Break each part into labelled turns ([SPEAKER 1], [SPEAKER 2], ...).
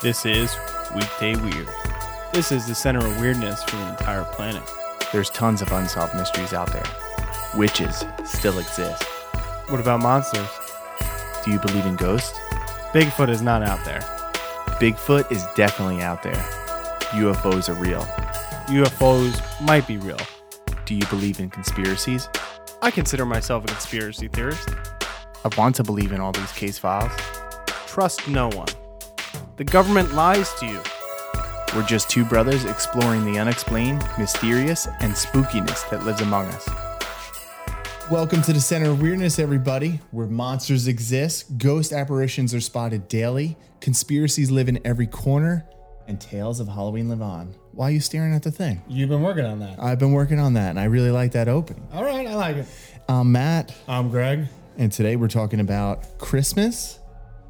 [SPEAKER 1] This is Weekday Weird. This is the center of weirdness for the entire planet.
[SPEAKER 2] There's tons of unsolved mysteries out there. Witches still exist.
[SPEAKER 1] What about monsters?
[SPEAKER 2] Do you believe in ghosts?
[SPEAKER 1] Bigfoot is not out there.
[SPEAKER 2] Bigfoot is definitely out there. UFOs are real.
[SPEAKER 1] UFOs might be real.
[SPEAKER 2] Do you believe in conspiracies?
[SPEAKER 1] I consider myself a conspiracy theorist.
[SPEAKER 2] I want to believe in all these case files.
[SPEAKER 1] Trust no one. The government lies to you.
[SPEAKER 2] We're just two brothers exploring the unexplained, mysterious, and spookiness that lives among us.
[SPEAKER 3] Welcome to the Center of Weirdness, everybody, where monsters exist, ghost apparitions are spotted daily, conspiracies live in every corner, and tales of Halloween live on. Why are you staring at the thing?
[SPEAKER 4] You've been working on that.
[SPEAKER 3] I've been working on that, and I really like that opening.
[SPEAKER 4] Uh, All right, I like it.
[SPEAKER 3] I'm Matt,
[SPEAKER 4] I'm Greg.
[SPEAKER 3] and today we're talking about Christmas.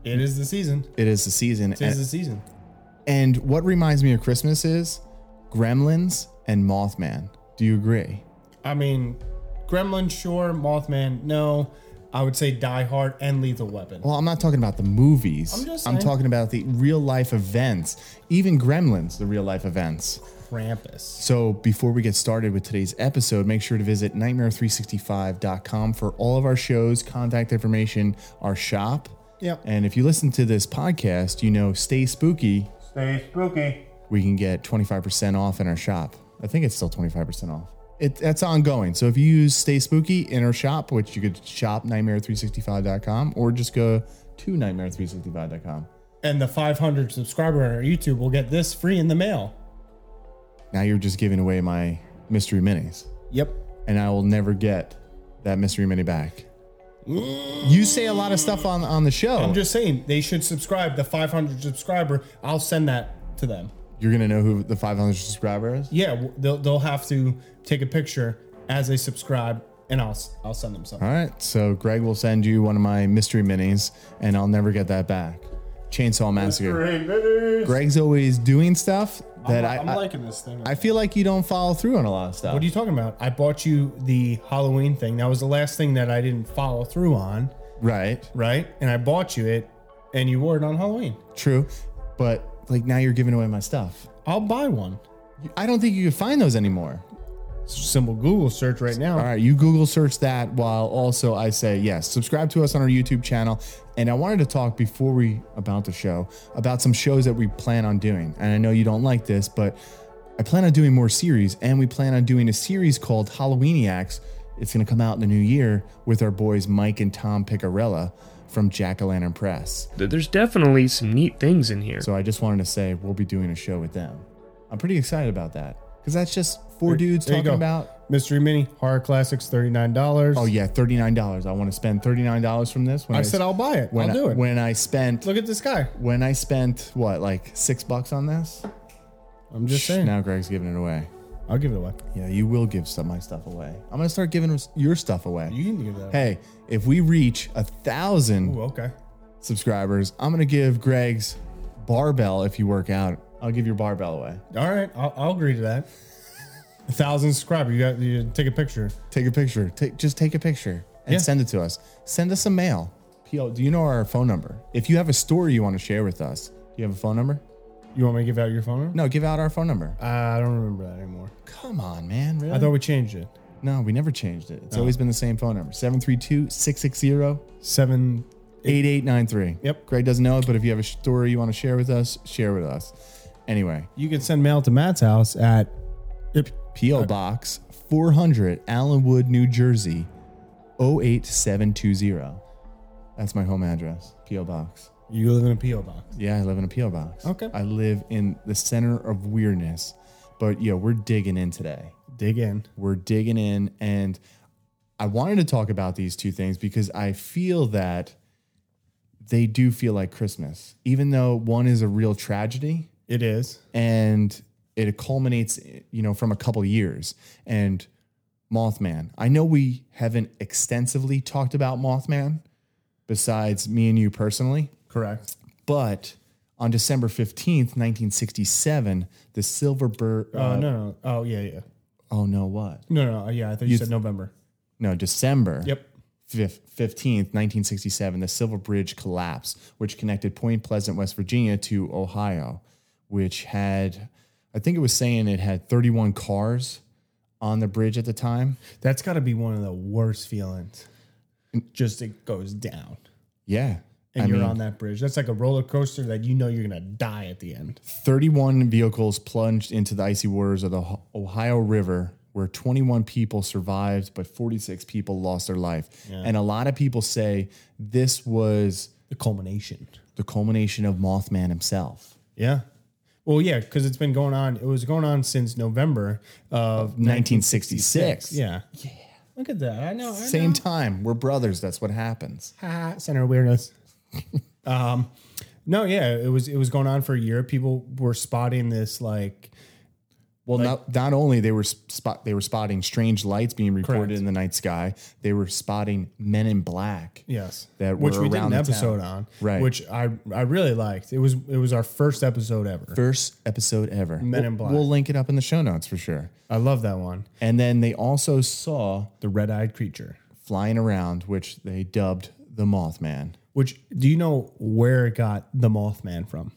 [SPEAKER 4] It is the season.
[SPEAKER 3] It is the season,
[SPEAKER 4] It is the
[SPEAKER 3] and,
[SPEAKER 4] season.
[SPEAKER 3] and what reminds me of Christmas is Gremlins and Mothman. Do you agree?
[SPEAKER 4] I mean, Gremlin, sure. Mothman, no. I would say Die Hard and Lethal Weapon.
[SPEAKER 3] Well, I'm not talking about the movies.
[SPEAKER 4] I'm just
[SPEAKER 3] I'm
[SPEAKER 4] saying.
[SPEAKER 3] talking about the real life events, even Gremlins, the real life events.
[SPEAKER 4] Krampus.
[SPEAKER 3] So, before we get started with today's episode, make sure to visit nightmare365.com for all of our shows, contact information, our shop.
[SPEAKER 4] Yep.
[SPEAKER 3] And if you listen to this podcast, you know, stay spooky.
[SPEAKER 4] Stay spooky.
[SPEAKER 3] We can get 25% off in our shop. I think it's still 25% off. It, that's ongoing. So if you use Stay Spooky in our shop, which you could shop nightmare365.com or just go to nightmare365.com.
[SPEAKER 4] And the 500 subscriber on our YouTube will get this free in the mail.
[SPEAKER 3] Now you're just giving away my mystery minis,
[SPEAKER 4] Yep.
[SPEAKER 3] and I will never get that mystery mini back. You say a lot of stuff on, on the show.
[SPEAKER 4] I'm just saying they should subscribe. The 500 subscriber, I'll send that to them.
[SPEAKER 3] you're going to know who the 500 subscriber is?
[SPEAKER 4] Yeah, w- they'll, they'll have to take a picture as they subscribe, and I'll s- I'll send them something.
[SPEAKER 3] All right. So Greg will send you one of my mystery minis, and I'll never get that back. Chainsaw Massacre. Greg's always doing stuff that i
[SPEAKER 4] I'm
[SPEAKER 3] I,
[SPEAKER 4] liking this thing.
[SPEAKER 3] I feel like you don't follow through on a lot of stuff.
[SPEAKER 4] What are you talking about? I bought you the Halloween thing. That was the last thing that I didn't follow through on,
[SPEAKER 3] right.
[SPEAKER 4] right? And I bought you it and you wore it on Halloween.
[SPEAKER 3] True. But like now you're giving away my stuff.
[SPEAKER 4] I'll buy one.
[SPEAKER 3] I don't think you could find those anymore.
[SPEAKER 4] Simple Google search right now.
[SPEAKER 3] All right, you Google search that while also I say yes, subscribe to us on our YouTube channel. And I wanted to talk before we about the show about some shows that we plan on doing. And I know you don't like this, but I plan on doing more series and we plan on doing a series called Halloweeniacs. It's going to come out in the new year with our boys Mike and Tom Picarella from Jack O' Lantern Press.
[SPEAKER 5] Th- There's definitely some neat things in here.
[SPEAKER 3] So I just wanted to say we'll be doing a show with them. I'm pretty excited about that because that's just four dudes
[SPEAKER 4] there you
[SPEAKER 3] talking
[SPEAKER 4] go.
[SPEAKER 3] about
[SPEAKER 4] Mystery Mini, Horror Classics, $39.
[SPEAKER 3] Oh yeah, thirty nine dollars. I want to spend thirty nine dollars from this. When
[SPEAKER 4] I said I'll buy it.
[SPEAKER 3] when
[SPEAKER 4] I'll do
[SPEAKER 3] I,
[SPEAKER 4] it.
[SPEAKER 3] When I spent
[SPEAKER 4] Look at this guy.
[SPEAKER 3] when I spent what like six bucks on this.
[SPEAKER 4] I'm just
[SPEAKER 3] Shh,
[SPEAKER 4] saying.
[SPEAKER 3] Now Greg's giving it away.
[SPEAKER 4] I'll give it away.
[SPEAKER 3] Yeah, you will give some of my stuff away. I'm gonna start giving us- your stuff away.
[SPEAKER 4] You can give that away.
[SPEAKER 3] hey, if we reach a thousand
[SPEAKER 4] Ooh, okay.
[SPEAKER 3] subscribers, I'm gonna give Greg's barbell. If you work out, I'll give your barbell away.
[SPEAKER 4] All right. I'll, I'll agree to that. A thousand subscriber. You got you take a picture.
[SPEAKER 3] Take a picture. Take just take a picture and
[SPEAKER 4] Yeah.
[SPEAKER 3] send it to us. Send us a mail. PO. Do you know our phone number? If you have a story you want to share with us, do you have a phone number?
[SPEAKER 4] You want me to give out your phone number?
[SPEAKER 3] No, give out our phone number.
[SPEAKER 4] I don't remember that anymore.
[SPEAKER 3] Come on, man. Really?
[SPEAKER 4] I thought we changed it.
[SPEAKER 3] no, we never changed it. It's always been the same phone number 732 660
[SPEAKER 4] Seven.
[SPEAKER 3] 8893.
[SPEAKER 4] Yep.
[SPEAKER 3] Greg doesn't know it, but if you have a story you want to share with us, share with us. Anyway,
[SPEAKER 4] You can send mail to Matt's house at.
[SPEAKER 3] P.O. Box 400, Allenwood, New Jersey 08720. That's my home address, P.O. Box.
[SPEAKER 4] You live in a PO box.
[SPEAKER 3] Yeah, I live in a P.O. Box.
[SPEAKER 4] Okay.
[SPEAKER 3] I live in the center of weirdness, but yeah, we're digging in today.
[SPEAKER 4] Dig in.
[SPEAKER 3] we're digging in and i wanted to talk about these two things because i feel that they do feel like christmas even though one is a real tragedy
[SPEAKER 4] It is.
[SPEAKER 3] and it culminates you know from a couple years and mothman i know we haven't extensively talked about mothman besides me and you personally
[SPEAKER 4] Correct.
[SPEAKER 3] but on december 15th 1967 the silver bird
[SPEAKER 4] Oh no, no. uh, Oh yeah, yeah.
[SPEAKER 3] oh no what
[SPEAKER 4] No, no. Yeah, I thought you, said November.
[SPEAKER 3] no december
[SPEAKER 4] Yep.
[SPEAKER 3] fif- 15th, 1967, the Silver Bridge collapse, which connected Point Pleasant, West Virginia to Ohio, which had, I think it was saying it had 31 cars on the bridge at the time.
[SPEAKER 4] That's got to be one of the worst feelings. Just it goes down
[SPEAKER 3] Yeah.
[SPEAKER 4] and
[SPEAKER 3] I
[SPEAKER 4] you're
[SPEAKER 3] mean-
[SPEAKER 4] on that bridge. That's like a roller coaster that you know you're going to die at the end.
[SPEAKER 3] 31 vehicles plunged into the icy waters of the Ho- Ohio River, where 21 people survived, but 46 people lost their life. And a lot of people say this was
[SPEAKER 4] The culmination.
[SPEAKER 3] the culmination of Mothman himself.
[SPEAKER 4] Yeah. Well, yeah, because it's been going on. It was going on since November of
[SPEAKER 3] 1966.
[SPEAKER 4] Yeah. Yeah. Look at that. I know. I
[SPEAKER 3] Same time. We're brothers. That's what happens.
[SPEAKER 4] Ah, center of weirdness. um, no, yeah, it was it was going on for a year. People were spotting this like
[SPEAKER 3] Well, not, not only they were spot they were spotting strange lights being reported in the night sky, they were spotting men in black.
[SPEAKER 4] yes,
[SPEAKER 3] That
[SPEAKER 4] which
[SPEAKER 3] were
[SPEAKER 4] we did
[SPEAKER 3] around
[SPEAKER 4] an
[SPEAKER 3] the
[SPEAKER 4] episode
[SPEAKER 3] town.
[SPEAKER 4] on,
[SPEAKER 3] Right.
[SPEAKER 4] Which I I really liked. It was it was our first episode ever.
[SPEAKER 3] First episode ever.
[SPEAKER 4] Men in
[SPEAKER 3] We'll-
[SPEAKER 4] Black.
[SPEAKER 3] We'll link it up in the show notes for sure.
[SPEAKER 4] I love that one.
[SPEAKER 3] And then they also saw
[SPEAKER 4] The red eyed creature.
[SPEAKER 3] flying around, which they dubbed the Mothman.
[SPEAKER 4] Which do you know where it got the Mothman from?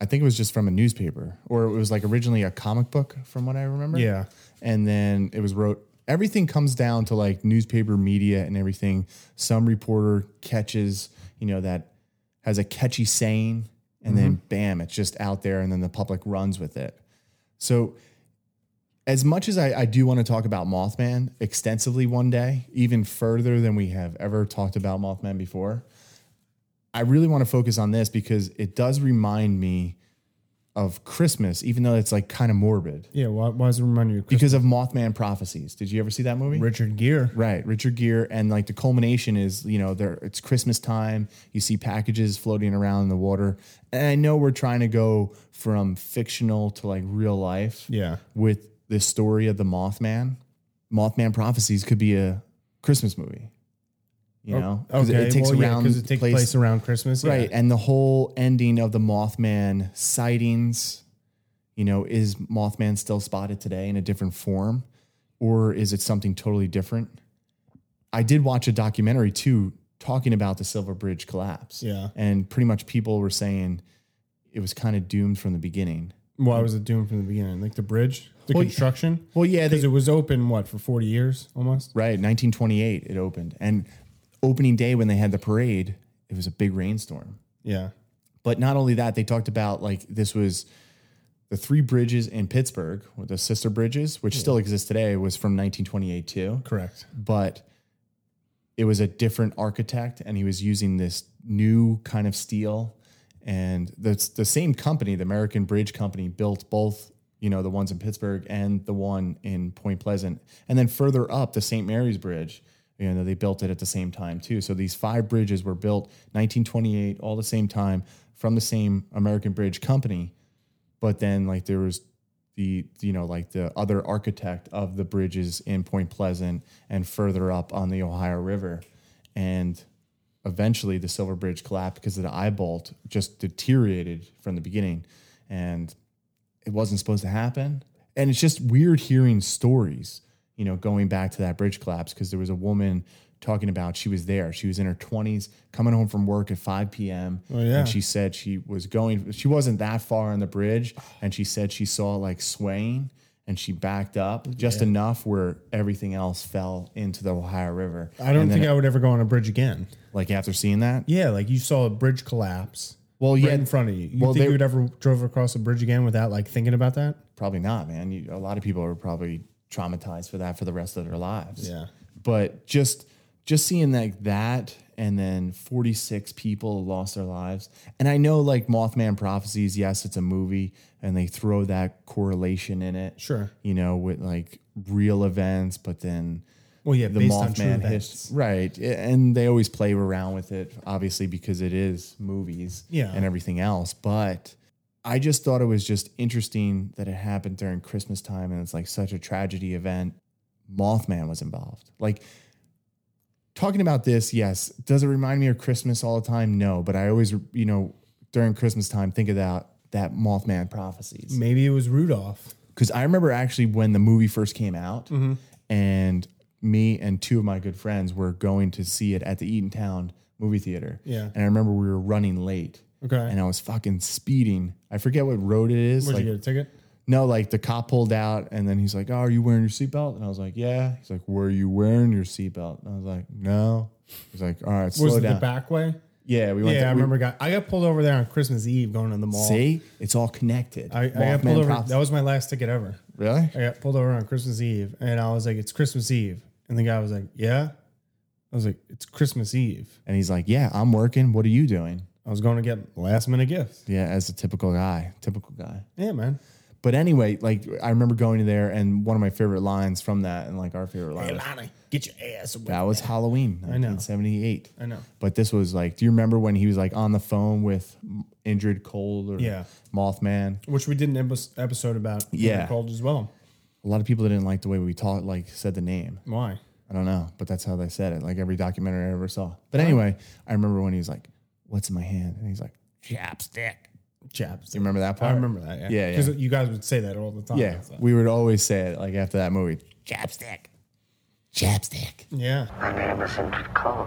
[SPEAKER 3] I think it was just from a newspaper, or it was like originally a comic book, from what I remember.
[SPEAKER 4] Yeah.
[SPEAKER 3] And then it was wrote. Everything comes down to like newspaper media and everything. Some reporter catches, you know, that has a catchy saying, and then bam, it's just out there, and then the public runs with it. So, as much as I, I do want to talk about Mothman extensively one day, even further than we have ever talked about Mothman before, I really want to focus on this because it does remind me of Christmas, even though it's like kind of morbid
[SPEAKER 4] Yeah, why, why does it remind you? of Chris-
[SPEAKER 3] because of Mothman prophecies. Did you ever see that movie?
[SPEAKER 4] Richard Gere.
[SPEAKER 3] Right, Richard Gere, and like the culmination is, you know, there it's Christmas time. You see packages floating around in the water, and I know we're trying to go from fictional to like real life.
[SPEAKER 4] Yeah,
[SPEAKER 3] with the story of the Mothman. Mothman prophecies could be a Christmas movie. You know, 'Cause
[SPEAKER 4] Oh, okay.
[SPEAKER 3] it takes
[SPEAKER 4] well, yeah,
[SPEAKER 3] around
[SPEAKER 4] 'cause it takes place, around Christmas, yeah.
[SPEAKER 3] right, and the whole ending of the Mothman sightings. You know, is Mothman still spotted today in a different form, or is it something totally different? I did watch a documentary too talking about the Silver Bridge collapse.
[SPEAKER 4] Yeah.
[SPEAKER 3] and pretty much people were saying it was kind of doomed from the beginning.
[SPEAKER 4] Why was it doomed from the beginning? Like the bridge, the
[SPEAKER 3] Well,
[SPEAKER 4] construction.
[SPEAKER 3] well, yeah,
[SPEAKER 4] because
[SPEAKER 3] they-
[SPEAKER 4] it was open what for forty years almost.
[SPEAKER 3] Right, 1928 it opened. And opening day when they had the parade, it was a big rainstorm.
[SPEAKER 4] Yeah,
[SPEAKER 3] But not only that, they talked about like this was the three bridges in Pittsburgh, or the sister bridges, which still exist today, was from 1928 too.
[SPEAKER 4] correct.
[SPEAKER 3] But it was a different architect and he was using this new kind of steel. And that's the same company, the American Bridge Company, built both, you know, the ones in Pittsburgh and the one in Point Pleasant. And then further up, the St. Mary's Bridge, you know, they built it at the same time too. So these five bridges were built 1928, all the same time from the same American Bridge Company. But then, like, there was the you know like the other architect of the bridges in Point Pleasant and further up on the Ohio River, and eventually the Silver Bridge collapsed because of the eye bolt just deteriorated from the beginning, and it wasn't supposed to happen. And it's just weird hearing stories, you know, going back to that bridge collapse because there was a woman talking about she was there. She was in her 20s, coming home from work at 5 p.m.
[SPEAKER 4] yeah.
[SPEAKER 3] And she said she was going, she wasn't that far on the bridge. And she said she saw like swaying and she backed up just enough where everything else fell into the Ohio River.
[SPEAKER 4] I don't
[SPEAKER 3] And then,
[SPEAKER 4] think I would ever go on a bridge again.
[SPEAKER 3] like after seeing that.
[SPEAKER 4] Yeah, like you saw a bridge collapse
[SPEAKER 3] Well,
[SPEAKER 4] right
[SPEAKER 3] yeah,
[SPEAKER 4] in front of you. You
[SPEAKER 3] well,
[SPEAKER 4] think
[SPEAKER 3] they-
[SPEAKER 4] you would ever drove across a bridge again without like thinking about that?
[SPEAKER 3] probably not, man. You, a lot of people are probably traumatized for that for the rest of their lives. but just just seeing like that and then 46 people lost their lives and i know like mothman prophecies yes it's a movie and they throw that correlation in it
[SPEAKER 4] Sure.
[SPEAKER 3] you know with like real events but then
[SPEAKER 4] Well, yeah,
[SPEAKER 3] the
[SPEAKER 4] based on true
[SPEAKER 3] mothman
[SPEAKER 4] events.
[SPEAKER 3] history right a- and they always play around with it obviously because it is movies
[SPEAKER 4] Yeah.
[SPEAKER 3] and everything else but i just thought it was just interesting that it happened during christmas time and it's like such a tragedy event Mothman was involved. Like talking about this, yes. Does it remind me of Christmas all the time? No, but I always, you know, during Christmas time, think about that Mothman prophecies.
[SPEAKER 4] Maybe it was Rudolph. Mm-hmm.
[SPEAKER 3] Because I remember actually when the movie first came out, and me and two of my good friends were going to see it at the Eatontown movie theater.
[SPEAKER 4] Yeah.
[SPEAKER 3] And I remember we were running late
[SPEAKER 4] Okay.
[SPEAKER 3] and I was fucking speeding. I forget what road it is.
[SPEAKER 4] Where'd
[SPEAKER 3] like-
[SPEAKER 4] you get a ticket?
[SPEAKER 3] no, like the cop pulled out and then he's like, Oh, are you wearing your seatbelt? And I was like, Yeah. He's like, Were you wearing your seatbelt? And I was like, No. He's like, All right, slow
[SPEAKER 4] Was it
[SPEAKER 3] down.
[SPEAKER 4] the back way?
[SPEAKER 3] yeah, we went
[SPEAKER 4] yeah,
[SPEAKER 3] to,
[SPEAKER 4] I
[SPEAKER 3] we-
[SPEAKER 4] remember. Got I got pulled over there on Christmas Eve going to the mall.
[SPEAKER 3] See, it's all connected.
[SPEAKER 4] I, I got
[SPEAKER 3] Mothman
[SPEAKER 4] pulled over.
[SPEAKER 3] props-
[SPEAKER 4] That was my last ticket ever.
[SPEAKER 3] really?
[SPEAKER 4] I got pulled over on Christmas Eve, and I was like, "It's Christmas Eve," and the guy was like, "Yeah." I was like, "It's Christmas Eve."
[SPEAKER 3] And he's like, Yeah, I'm working. What are you doing?
[SPEAKER 4] I was going to get last minute gifts.
[SPEAKER 3] Yeah, as a typical guy, typical guy.
[SPEAKER 4] Yeah, man.
[SPEAKER 3] But anyway, like I remember going there and one of my favorite lines from that and like our favorite line. was-
[SPEAKER 4] Lonnie, get your ass away.
[SPEAKER 3] that was Halloween,
[SPEAKER 4] know.
[SPEAKER 3] 1978.
[SPEAKER 4] I know.
[SPEAKER 3] But this was like, do you remember when he was like on the phone with injured Cold or
[SPEAKER 4] Yeah.
[SPEAKER 3] Mothman?
[SPEAKER 4] Which we did an epis- episode about.
[SPEAKER 3] Yeah.
[SPEAKER 4] Cold as well.
[SPEAKER 3] A lot of people didn't like the way we taught, like said the name.
[SPEAKER 4] Why?
[SPEAKER 3] I don't know, but that's how they said it. Like every documentary I ever saw. But anyway, I remember when he was like, "What's in my hand?" and he's like, "Chapstick."
[SPEAKER 4] Chaps.
[SPEAKER 3] You remember that part?
[SPEAKER 4] I remember that. Yeah.
[SPEAKER 3] Yeah, yeah.
[SPEAKER 4] Because you guys would say that all the time.
[SPEAKER 3] Yeah,
[SPEAKER 4] So-
[SPEAKER 3] we would always say it like after that movie, "Chapstick, chapstick."
[SPEAKER 4] Yeah.
[SPEAKER 6] My name is Ingrid Cole.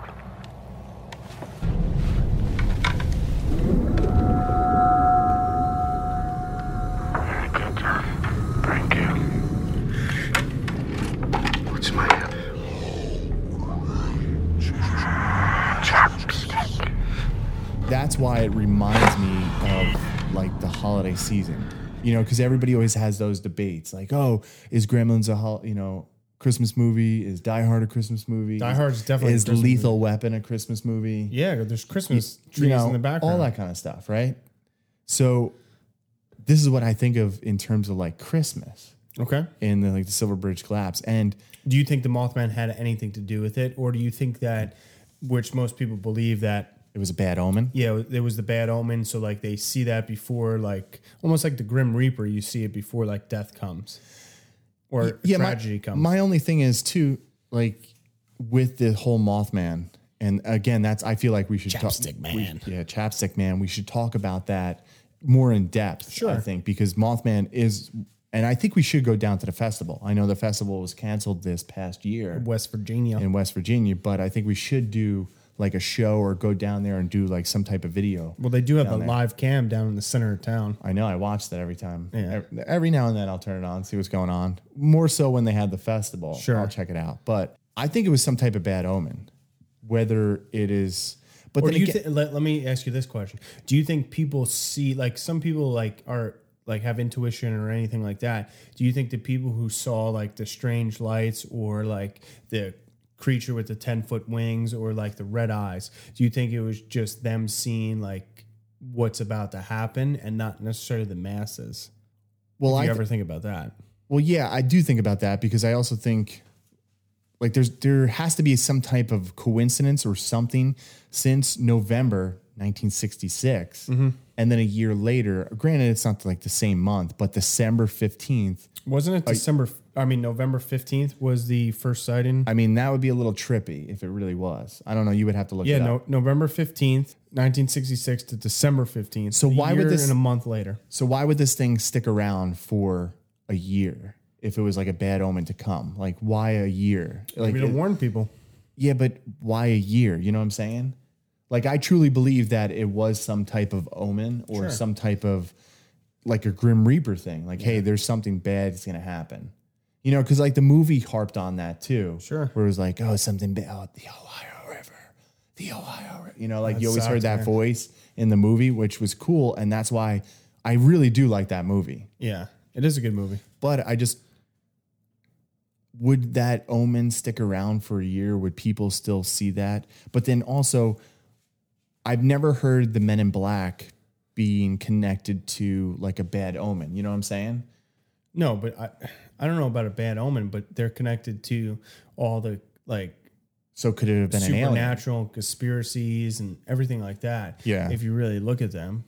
[SPEAKER 6] Very good, John. Thank you. What's my name? Chopstick.
[SPEAKER 3] That's why it reminds me of like the holiday season, you know, because everybody always has those debates, like, "Oh, is Gremlins a hol- you know Christmas movie? Is Die Hard a Christmas movie?
[SPEAKER 4] Die Hard's definitely a
[SPEAKER 3] is
[SPEAKER 4] Christmas
[SPEAKER 3] Lethal Weapon a Christmas movie?
[SPEAKER 4] Yeah. There's Christmas trees
[SPEAKER 3] you know,
[SPEAKER 4] in the background.
[SPEAKER 3] all that kind of stuff, right? So this is what I think of in terms of like Christmas
[SPEAKER 4] Okay.
[SPEAKER 3] and the, like the Silver Bridge collapse, and
[SPEAKER 4] Do you think the Mothman had anything to do with it, or do you think that, which most people believe that,
[SPEAKER 3] it was a bad omen.
[SPEAKER 4] yeah, it was the bad omen, so like they see that before, like almost like the Grim Reaper, you see it before like death comes, or tragedy
[SPEAKER 3] my,
[SPEAKER 4] comes.
[SPEAKER 3] My only thing is too, like with the whole Mothman, and again, that's I feel like we should
[SPEAKER 4] Chapstick
[SPEAKER 3] talk, we-
[SPEAKER 4] Man.
[SPEAKER 3] yeah, Chapstick Man. We should talk about that more in depth. I
[SPEAKER 4] Sure.
[SPEAKER 3] think because Mothman is, and I think we should go down to the festival. I know the festival was canceled this past year
[SPEAKER 4] West Virginia.
[SPEAKER 3] in West Virginia, but I think we should do like a show or go down there and do like some type of video.
[SPEAKER 4] well, they do have a live cam down in the center of town.
[SPEAKER 3] I know I watch that every time. Ev- Every now and then I'll turn it on, see what's going on. More so when they had the festival.
[SPEAKER 4] Sure.
[SPEAKER 3] I'll check it out. But I think it was some type of bad omen, whether it is. But
[SPEAKER 4] Or
[SPEAKER 3] then
[SPEAKER 4] do you
[SPEAKER 3] again-
[SPEAKER 4] thi- let, let me ask you this question: Do you think people see like some people like are like have intuition or anything like that? Do you think the people who saw like the strange lights or like the creature with the ten foot wings or like the red eyes? Do you think it was just them seeing like what's about to happen and not necessarily the masses?
[SPEAKER 3] well,
[SPEAKER 4] Do
[SPEAKER 3] I
[SPEAKER 4] you
[SPEAKER 3] thi-
[SPEAKER 4] ever think about that?
[SPEAKER 3] well, yeah, I do think about that because I also think like there's there has to be some type of coincidence or something since November 1966,
[SPEAKER 4] Mm-hmm.
[SPEAKER 3] and then a year later. Granted, it's not like the same month, but December 15th.
[SPEAKER 4] Wasn't it December? I mean, November fifteenth was the first sighting.
[SPEAKER 3] I mean, that would be a little trippy if it really was. I don't know. You would have to look.
[SPEAKER 4] Yeah,
[SPEAKER 3] it up.
[SPEAKER 4] no, November 15th, 1966 to December 15th.
[SPEAKER 3] So
[SPEAKER 4] a
[SPEAKER 3] why would
[SPEAKER 4] year
[SPEAKER 3] this-
[SPEAKER 4] and a month later?
[SPEAKER 3] So why would this thing stick around for a year if it was like a bad omen to come? Like why a year? Like
[SPEAKER 4] Maybe to
[SPEAKER 3] it-
[SPEAKER 4] warn people.
[SPEAKER 3] yeah, but why a year? You know what I'm saying? Like I truly believe that it was some type of omen or some type of like a grim reaper thing. Like hey, there's something bad that's going to happen. You know, cuz like the movie harped on that too.
[SPEAKER 4] Sure.
[SPEAKER 3] Where it was like, "Oh, something bad, oh, the Ohio River." The Ohio River. You know, like you always
[SPEAKER 4] sucks,
[SPEAKER 3] heard that
[SPEAKER 4] man.
[SPEAKER 3] voice in the movie, which was cool and that's why I really do like that movie.
[SPEAKER 4] Yeah, it is a good movie.
[SPEAKER 3] But I just would that omen stick around for a year? Would people still see that? But then also, I've never heard the Men in Black being connected to like a bad omen. You know what I'm saying?
[SPEAKER 4] No, but I, I don't know about a bad omen, but they're connected to all the like
[SPEAKER 3] So could it have been an alien?
[SPEAKER 4] supernatural conspiracies and everything like that.
[SPEAKER 3] Yeah.
[SPEAKER 4] If you really look at them.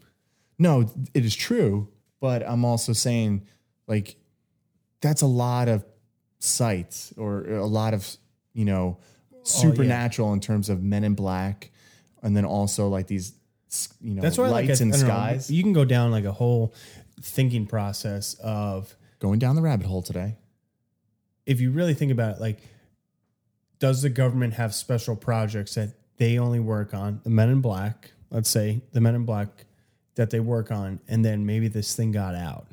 [SPEAKER 3] No, it is true. But I'm also saying, like, that's a lot of sites or a lot of, you
[SPEAKER 4] Oh,
[SPEAKER 3] know, supernatural in terms of Men in Black. And then also like these, s- you know,
[SPEAKER 4] That's why
[SPEAKER 3] lights
[SPEAKER 4] like, I-
[SPEAKER 3] and
[SPEAKER 4] I don't know,
[SPEAKER 3] skies.
[SPEAKER 4] you can go down like a whole thinking process of
[SPEAKER 3] Going down the rabbit hole today.
[SPEAKER 4] if you really think about it, like does the government have special projects that they only work on the men in black let's say the men in black that they work on and then maybe this thing got out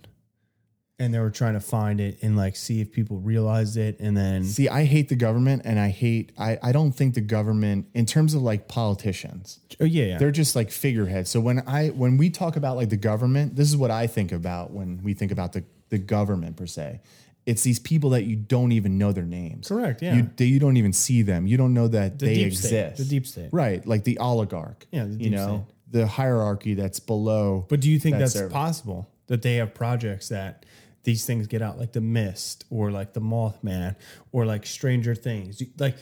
[SPEAKER 4] and they were trying to find it and like see if people realized it and then
[SPEAKER 3] See, I hate the government and I hate, I, I don't think the government, in terms of like politicians,
[SPEAKER 4] oh yeah, yeah.
[SPEAKER 3] they're just like figureheads. So when I when we talk about like the government, this is what I think about when we think about the the government per se. It's these people that you don't even know their names.
[SPEAKER 4] Correct, yeah.
[SPEAKER 3] You, they, you don't even see them. You don't know that they
[SPEAKER 4] deep state,
[SPEAKER 3] exist.
[SPEAKER 4] the deep state.
[SPEAKER 3] Right. Like the oligarch.
[SPEAKER 4] Yeah, the
[SPEAKER 3] you
[SPEAKER 4] deep
[SPEAKER 3] know, the hierarchy that's below.
[SPEAKER 4] But do you think
[SPEAKER 3] that
[SPEAKER 4] that's
[SPEAKER 3] service.
[SPEAKER 4] possible that they have projects that these things get out, like The Mist or like The Mothman or like Stranger Things? You- Like,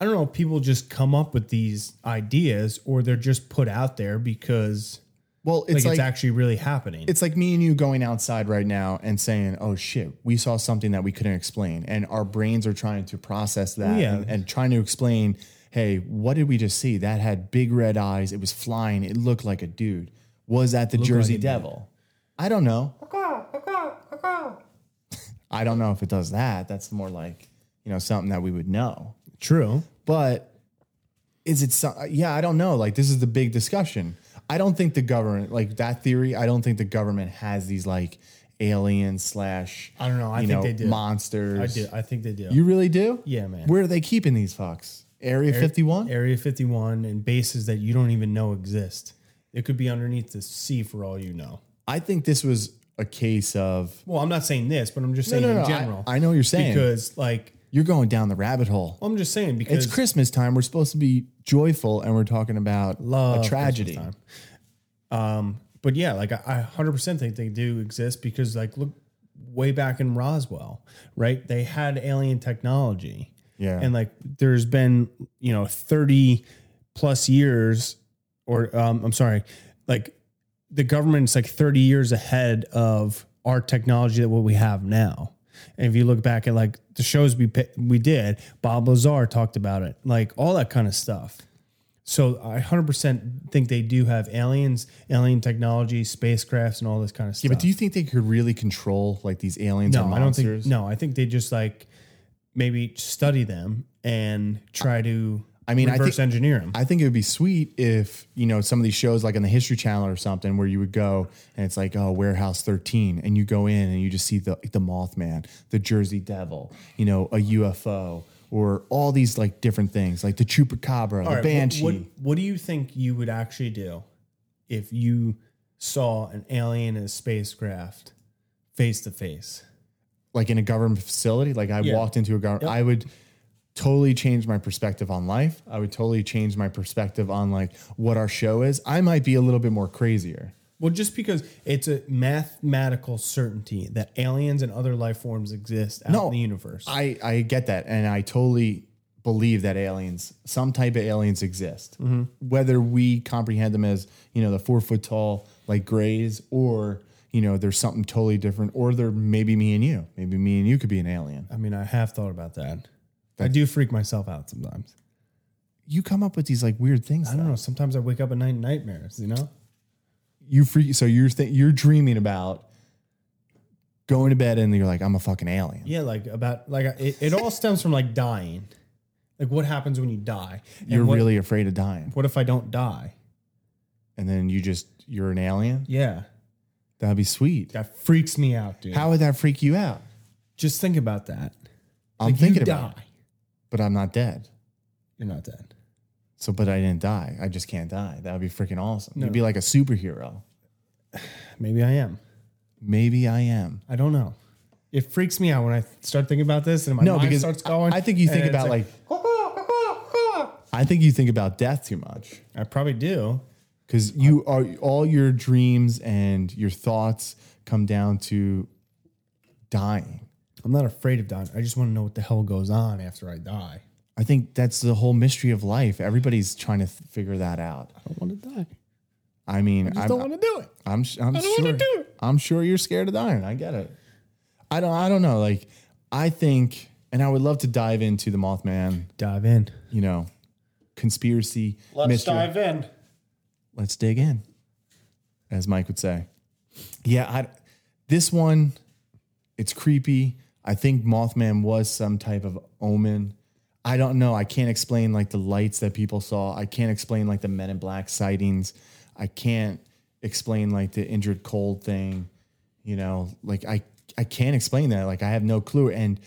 [SPEAKER 4] I don't know, if people just come up with these ideas or they're just put out there because
[SPEAKER 3] well,
[SPEAKER 4] like,
[SPEAKER 3] it's
[SPEAKER 4] it's
[SPEAKER 3] like,
[SPEAKER 4] actually really happening.
[SPEAKER 3] it's like me and you going outside right now and saying, "Oh shit, we saw something that we couldn't explain," and our brains are trying to process that
[SPEAKER 4] Yeah.
[SPEAKER 3] and, and trying to explain, "Hey, what did we just see? That had big red eyes. It was flying. It looked like a dude. Was that the Jersey Devil? I don't know. I don't know if it does that. That's more like you know something that we would know,
[SPEAKER 4] True.
[SPEAKER 3] but." Is it so, yeah, I don't know. Like this is the big discussion. I don't think the government like that theory, I don't think the government has these like alien slash
[SPEAKER 4] I don't know. I
[SPEAKER 3] you
[SPEAKER 4] think they do.
[SPEAKER 3] monsters.
[SPEAKER 4] I do. I think they do.
[SPEAKER 3] You really do?
[SPEAKER 4] Yeah, man.
[SPEAKER 3] Where are they keeping these fucks? Area fifty one?
[SPEAKER 4] Area 51 and bases that you don't even know exist. It could be underneath the sea for all you know.
[SPEAKER 3] I think this was a case of
[SPEAKER 4] Well, I'm not saying this, but I'm just saying
[SPEAKER 3] no,
[SPEAKER 4] in
[SPEAKER 3] no, I-
[SPEAKER 4] general.
[SPEAKER 3] I know what you're saying.
[SPEAKER 4] Because, like,
[SPEAKER 3] you're going down the rabbit hole.
[SPEAKER 4] I'm just saying because
[SPEAKER 3] It's Christmas time. We're supposed to be joyful and we're talking about
[SPEAKER 4] love
[SPEAKER 3] a tragedy.
[SPEAKER 4] Christmas time. Um, but yeah, like I hundred percent think they do exist because like look way back in Roswell, right? They had alien technology.
[SPEAKER 3] Yeah.
[SPEAKER 4] And like there's been, you know, 30 plus years or um, I'm sorry, like the government's like 30 years ahead of our technology that what we have now. And if you look back at like the shows we pi- we did, Bob Lazar talked about it, like all that kind of stuff. So I 100% think they do have aliens, alien technology, spacecrafts, and all this kind of
[SPEAKER 3] yeah,
[SPEAKER 4] stuff.
[SPEAKER 3] but do you think they could really control like these aliens or
[SPEAKER 4] no, I don't
[SPEAKER 3] monsters?
[SPEAKER 4] think. No, I think they just like maybe study them and try to.
[SPEAKER 3] I mean, I
[SPEAKER 4] reverse
[SPEAKER 3] think-
[SPEAKER 4] engineer them.
[SPEAKER 3] I think it would be sweet if, you know, some of these shows like on the History Channel or something where you would go and it's like, oh, Warehouse 13. And you go in and you just see the, the Mothman, the Jersey Devil, you know, a UFO or all these like different things like the Chupacabra, the
[SPEAKER 4] All right, what-
[SPEAKER 3] Banshee.
[SPEAKER 4] What, what do you think you would actually do if you saw an alien in a spacecraft face to face?
[SPEAKER 3] like in a government facility, like I
[SPEAKER 4] Yeah.
[SPEAKER 3] walked into a government, I would totally change my perspective on life. I would totally change my perspective on like what our show is. I might be a little bit more crazier.
[SPEAKER 4] Well, just because it's a mathematical certainty that aliens and other life forms exist out
[SPEAKER 3] No,
[SPEAKER 4] in the universe.
[SPEAKER 3] I, I get that. And I totally believe that aliens, some type of aliens exist.
[SPEAKER 4] Mm-hmm.
[SPEAKER 3] Whether we comprehend them as, you know, the four foot tall, like grays, or, you know, there's something totally different, or they're maybe me and you. Maybe me and you could be an alien.
[SPEAKER 4] I mean, I have thought about that. I do freak myself out sometimes.
[SPEAKER 3] You come up with these like weird things.
[SPEAKER 4] I don't know. Sometimes I wake up at night in nightmares, you know?
[SPEAKER 3] You freak. So you're, th- you're dreaming about going to bed and you're like, I'm a fucking alien.
[SPEAKER 4] Yeah, like about, like, it, it all stems from like dying. Like, what happens when you die? And
[SPEAKER 3] You're
[SPEAKER 4] what-
[SPEAKER 3] really afraid of dying.
[SPEAKER 4] What if I don't die?
[SPEAKER 3] And then you just, you're an alien.
[SPEAKER 4] Yeah.
[SPEAKER 3] That'd be sweet.
[SPEAKER 4] That freaks me out, dude.
[SPEAKER 3] How would that freak you out?
[SPEAKER 4] Just think about that.
[SPEAKER 3] I'm
[SPEAKER 4] Like,
[SPEAKER 3] thinking
[SPEAKER 4] you
[SPEAKER 3] about it.
[SPEAKER 4] die.
[SPEAKER 3] but I'm not dead.
[SPEAKER 4] You're not dead.
[SPEAKER 3] So, but I didn't die. I just can't die. That would be freaking awesome.
[SPEAKER 4] No.
[SPEAKER 3] You'd be like a superhero.
[SPEAKER 4] Maybe I am.
[SPEAKER 3] Maybe I am.
[SPEAKER 4] I don't know. It freaks me out when I start thinking about this and my
[SPEAKER 3] No,
[SPEAKER 4] mind
[SPEAKER 3] because
[SPEAKER 4] starts going.
[SPEAKER 3] I, I think you
[SPEAKER 4] and
[SPEAKER 3] think
[SPEAKER 4] it's
[SPEAKER 3] about like, I think you think about death too much
[SPEAKER 4] I probably do.
[SPEAKER 3] because you
[SPEAKER 4] Uh,
[SPEAKER 3] are all your dreams and your thoughts come down to dying.
[SPEAKER 4] I'm not afraid of dying. I just want to know what the hell goes on after I die.
[SPEAKER 3] I think that's the whole mystery of life. Everybody's trying to th- figure that out.
[SPEAKER 4] I don't want to die.
[SPEAKER 3] I mean, I
[SPEAKER 4] I don't want to do it.
[SPEAKER 3] I'm, s- I'm
[SPEAKER 4] don't
[SPEAKER 3] sure.
[SPEAKER 4] wanna do it.
[SPEAKER 3] I'm sure you're scared of dying. I get it. I don't. I don't know. Like, I think, and I would love to dive into the Mothman.
[SPEAKER 4] Dive in.
[SPEAKER 3] You know, conspiracy. mystery.
[SPEAKER 4] in.
[SPEAKER 3] Let's dig in, as Mike would say. Yeah, I, this one, it's creepy. I think Mothman was some type of omen. I don't know. I can't explain like the lights that people saw. I can't explain like the Men in Black sightings. I can't explain like the injured cold thing. You know, like I I can't explain that. Like I have no clue. And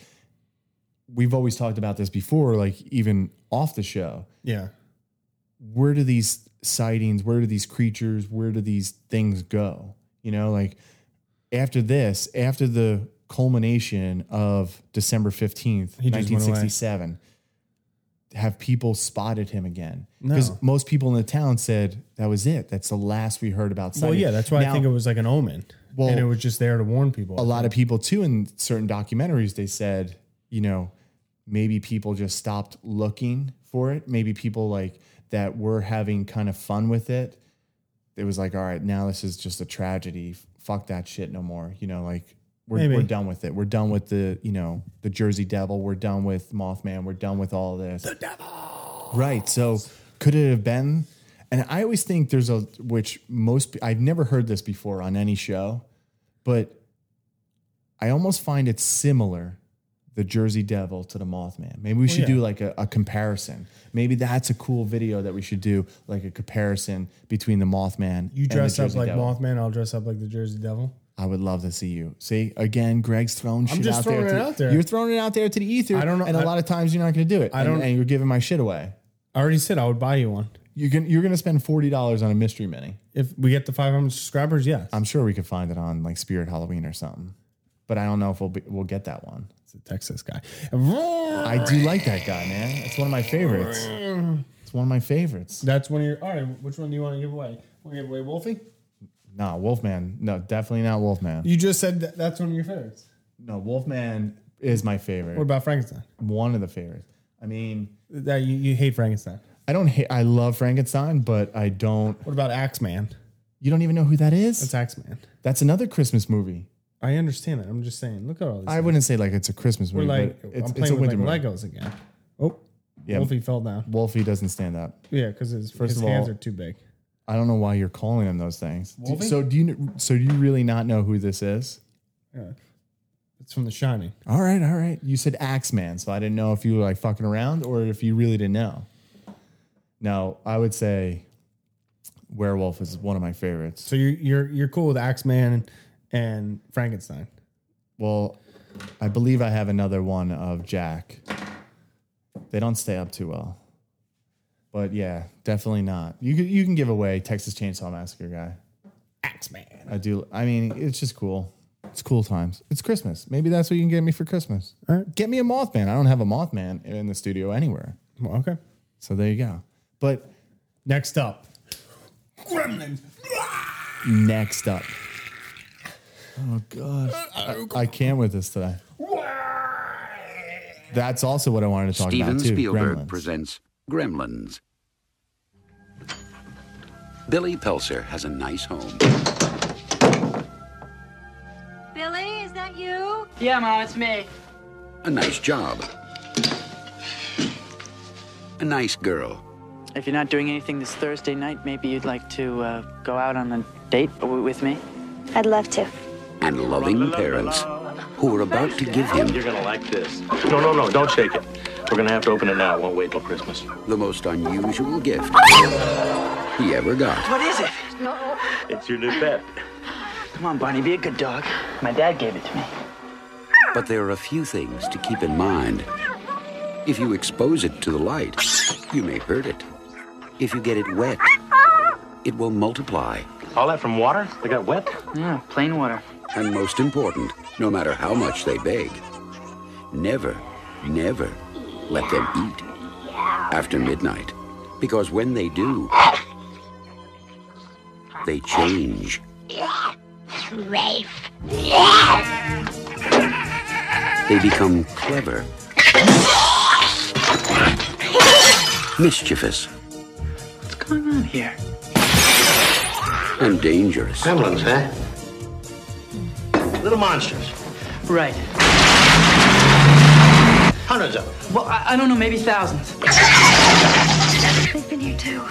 [SPEAKER 3] we've always talked about this before, like even off the show.
[SPEAKER 4] Yeah.
[SPEAKER 3] Where do these sightings? Where do these creatures? Where do these things go? You know, like after this, after the culmination of December 15th,
[SPEAKER 4] He just went away.
[SPEAKER 3] 1967, have people spotted him again? Because
[SPEAKER 4] No.
[SPEAKER 3] most people in the town said that was it. That's the last we heard about
[SPEAKER 4] Well,
[SPEAKER 3] sightings.
[SPEAKER 4] yeah, that's why
[SPEAKER 3] Now,
[SPEAKER 4] I think it was like an omen.
[SPEAKER 3] Well,
[SPEAKER 4] and it was just there to warn people.
[SPEAKER 3] a lot of people too in certain documentaries they said you know maybe people just stopped looking for it maybe people like that were having kind of fun with it it was like all right now this is just a tragedy F- fuck that shit no more you know like we're,
[SPEAKER 4] Maybe.
[SPEAKER 3] we're done with it we're done with the you know the jersey devil we're done with mothman we're done with all this the devil right so could it have been and i always think there's a which most i've never heard this before on any show but I almost find it similar, the Jersey Devil to the Mothman.
[SPEAKER 4] Oh,
[SPEAKER 3] Maybe we should do like a, a comparison. Maybe that's a cool video that we should do, like a comparison between the Mothman.
[SPEAKER 4] you
[SPEAKER 3] and the
[SPEAKER 4] dress up
[SPEAKER 3] Jersey
[SPEAKER 4] like
[SPEAKER 3] Devil.
[SPEAKER 4] Mothman, I'll dress up like the Jersey Devil.
[SPEAKER 3] I would love to see you. See again, Greg's throwing shit
[SPEAKER 4] just
[SPEAKER 3] out,
[SPEAKER 4] throwing
[SPEAKER 3] there
[SPEAKER 4] it
[SPEAKER 3] to-
[SPEAKER 4] out there.
[SPEAKER 3] You're throwing it out there to the ether.
[SPEAKER 4] I don't know-
[SPEAKER 3] And a
[SPEAKER 4] I-
[SPEAKER 3] lot of times you're not going to do it. I
[SPEAKER 4] don't-
[SPEAKER 3] And, and you're giving my shit away.
[SPEAKER 4] I already said I would buy you one.
[SPEAKER 3] You're gonna you're gonna spend forty dollars on a mystery mini.
[SPEAKER 4] If we get the 500 subscribers, yes.
[SPEAKER 3] I'm sure we could find it on like Spirit Halloween or something, but I don't know if we'll be, we'll get that one.
[SPEAKER 4] It's a Texas guy.
[SPEAKER 3] I do like that guy, man. It's one of my favorites. It's one of my favorites.
[SPEAKER 4] That's one of your. All right, which one do you want to give away? Want to give away Wolfie?
[SPEAKER 3] No, Wolfman. No, definitely not Wolfman.
[SPEAKER 4] You just said that that's one of your favorites.
[SPEAKER 3] No, Wolfman is my
[SPEAKER 4] What
[SPEAKER 3] favorite.
[SPEAKER 4] about Frankenstein?
[SPEAKER 3] One of the favorites. I mean,
[SPEAKER 4] That you, you hate Frankenstein.
[SPEAKER 3] I don't hate. I love Frankenstein, but I don't.
[SPEAKER 4] What about Axeman?
[SPEAKER 3] You don't even know who that is.
[SPEAKER 4] That's
[SPEAKER 3] That's,
[SPEAKER 4] Axeman.
[SPEAKER 3] another Christmas movie.
[SPEAKER 4] I understand that. I'm just saying. Look at all these.
[SPEAKER 3] I wouldn't say like it's a Christmas
[SPEAKER 4] We're
[SPEAKER 3] movie.
[SPEAKER 4] like,
[SPEAKER 3] but it's,
[SPEAKER 4] I'm
[SPEAKER 3] it's a
[SPEAKER 4] playing with
[SPEAKER 3] winter
[SPEAKER 4] like
[SPEAKER 3] movie.
[SPEAKER 4] Legos again. Oh,
[SPEAKER 3] Yeah.
[SPEAKER 4] Wolfie fell down.
[SPEAKER 3] Wolfie doesn't stand up.
[SPEAKER 4] Yeah, because his,
[SPEAKER 3] First
[SPEAKER 4] his
[SPEAKER 3] of
[SPEAKER 4] hands
[SPEAKER 3] all-
[SPEAKER 4] are too big.
[SPEAKER 3] I don't know why you're calling him those things. Do-
[SPEAKER 4] Wolfie?
[SPEAKER 3] so do you? So do you really not know who this is?
[SPEAKER 4] It's from The Shining.
[SPEAKER 3] All right, all right. You said Axeman, so I didn't know if you were like fucking around or if you really didn't know. No, I would say Werewolf is one of my favorites.
[SPEAKER 4] So you're you're you're cool with Axeman and Frankenstein.
[SPEAKER 3] Well, I believe I have another one of Jack. They don't stay up too well. But yeah, definitely not. You can, you can give away Texas Chainsaw Massacre guy.
[SPEAKER 4] Axeman.
[SPEAKER 3] I do. I mean, it's just cool. It's cool times. It's Christmas. Maybe that's what you can get me for Christmas. Get me a Mothman. I don't have a Mothman in the studio anywhere.
[SPEAKER 4] Well, okay.
[SPEAKER 3] So there you go. But
[SPEAKER 4] Next up, Gremlins.
[SPEAKER 3] next up. Oh gosh, I, I can't with this today. That's also what I wanted to talk
[SPEAKER 7] Steven
[SPEAKER 3] about too.
[SPEAKER 7] Spielberg
[SPEAKER 3] Gremlins.
[SPEAKER 7] presents Gremlins. Billy Pelser has a nice home.
[SPEAKER 8] Billy, is that you?
[SPEAKER 9] Yeah, Mom, it's me.
[SPEAKER 7] a nice job, a nice girl,
[SPEAKER 9] If you're not doing anything this Thursday night, maybe you'd like to uh, go out on a date w- with me?
[SPEAKER 8] I'd love to.
[SPEAKER 7] and loving parents who are about to give him
[SPEAKER 10] You're gonna like this. No, no, no, don't shake it. We're gonna have to open it now. It won't wait till Christmas.
[SPEAKER 7] the most unusual gift he ever got.
[SPEAKER 9] What is it?
[SPEAKER 10] It's your new pet.
[SPEAKER 9] Come on, Barney, be a good dog. My dad gave it to me.
[SPEAKER 7] But there are a few things to keep in mind. If you expose it to the light, you may hurt it. If you get it wet, it will multiply.
[SPEAKER 10] All that from water? They got wet?
[SPEAKER 9] Yeah, plain water.
[SPEAKER 7] And most important, no matter how much they beg, never, never let them eat after midnight. Because when they do, they change. They become clever, mischievous,
[SPEAKER 9] What's going on here?
[SPEAKER 7] and dangerous.
[SPEAKER 10] Gremlins, huh? Little monsters.
[SPEAKER 9] Right.
[SPEAKER 10] Hundreds of them.
[SPEAKER 9] Well, I, I don't know, maybe thousands.
[SPEAKER 8] They've been here too.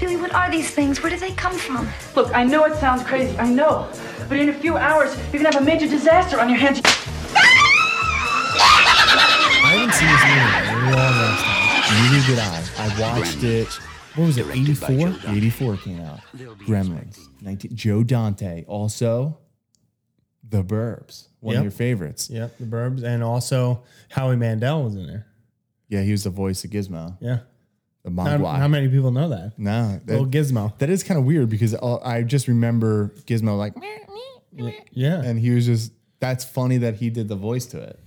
[SPEAKER 8] Billy, what are these things? Where do they come from?
[SPEAKER 9] Look, I know it sounds crazy, I know. But in a few hours, you're gonna have a major disaster on your hands.
[SPEAKER 3] I haven't seen this a long ass time. Neither did I. I watched it. What was it?
[SPEAKER 7] Directed by
[SPEAKER 3] 84?
[SPEAKER 7] Joe Dante.
[SPEAKER 3] 84 came out. Gremlins. 19, Joe Dante. Also, The Burbs. One
[SPEAKER 4] Yep.
[SPEAKER 3] of your favorites. Yeah.
[SPEAKER 4] Yep, the Burbs, and also Howie Mandel was in there.
[SPEAKER 3] he was the voice of Gizmo.
[SPEAKER 4] Yeah,
[SPEAKER 3] The
[SPEAKER 4] how,
[SPEAKER 3] Mogwai.
[SPEAKER 4] how many people know that?
[SPEAKER 3] no. that-
[SPEAKER 4] Little Gizmo.
[SPEAKER 3] that is kind of weird because all, I just remember Gizmo like,
[SPEAKER 4] Yeah,
[SPEAKER 3] and he was just, that's funny that he did the voice to it.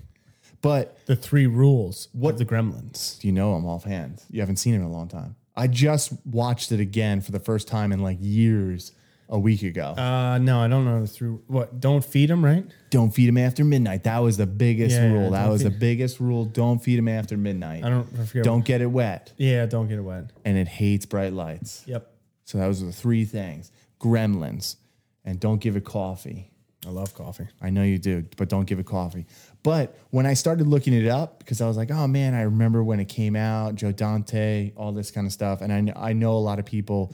[SPEAKER 3] But
[SPEAKER 4] the three rules. What the Gremlins?
[SPEAKER 3] do you know him offhand? You haven't seen him in a long time. I just watched it again for the first time in like years a week ago.
[SPEAKER 4] Uh, no, I don't know the three. What? Don't feed them, right?
[SPEAKER 3] don't feed him after midnight. That was the biggest
[SPEAKER 4] Yeah, yeah,
[SPEAKER 3] rule. That
[SPEAKER 4] don't
[SPEAKER 3] was the
[SPEAKER 4] feed-
[SPEAKER 3] biggest rule. Don't feed him after midnight.
[SPEAKER 4] I don't. I forget
[SPEAKER 3] Don't get it wet.
[SPEAKER 4] Yeah, don't get it wet.
[SPEAKER 3] And it hates bright lights.
[SPEAKER 4] Yep,
[SPEAKER 3] So those are the three things. Gremlins. And don't give it coffee.
[SPEAKER 4] I love coffee.
[SPEAKER 3] I know you do, but don't give it coffee. But when I started looking it up, because I was like, oh man, I remember when it came out, Joe Dante, all this kind of stuff. And I, kn- I know a lot of people,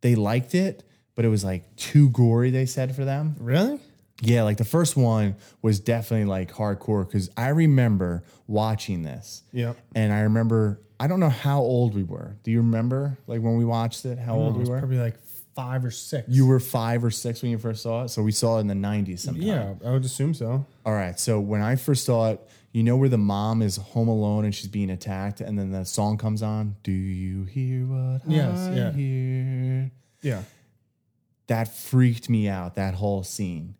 [SPEAKER 3] they liked it, but it was like too gory, they said for them.
[SPEAKER 4] Really?
[SPEAKER 3] Yeah, like the first one was definitely like hardcore because I remember watching this.
[SPEAKER 4] Yep.
[SPEAKER 3] And I remember, I don't know how old we were. Do you remember like when we watched it, how old
[SPEAKER 4] I
[SPEAKER 3] we
[SPEAKER 4] was
[SPEAKER 3] were?
[SPEAKER 4] probably like five or six.
[SPEAKER 3] you were five or six when you first saw it. So we saw it in the 90s sometime.
[SPEAKER 4] Yeah, I would assume so.
[SPEAKER 3] All right. So when I first saw it, you know where the mom is home alone and she's being attacked, and then the song comes on. Do you hear what
[SPEAKER 4] Yes,
[SPEAKER 3] I
[SPEAKER 4] yeah.
[SPEAKER 3] hear?
[SPEAKER 4] Yeah.
[SPEAKER 3] That freaked me out. That whole scene,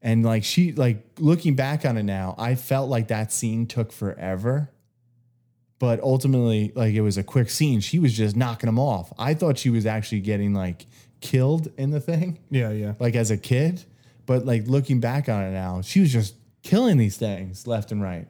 [SPEAKER 3] and like she, like looking back on it now, I felt like that scene took forever. But ultimately, like it was a quick scene. She was just knocking them off. I thought she was actually getting like killed in the thing
[SPEAKER 4] Yeah, yeah.
[SPEAKER 3] like as a kid, but like looking back on it now, she was just killing these things left and right.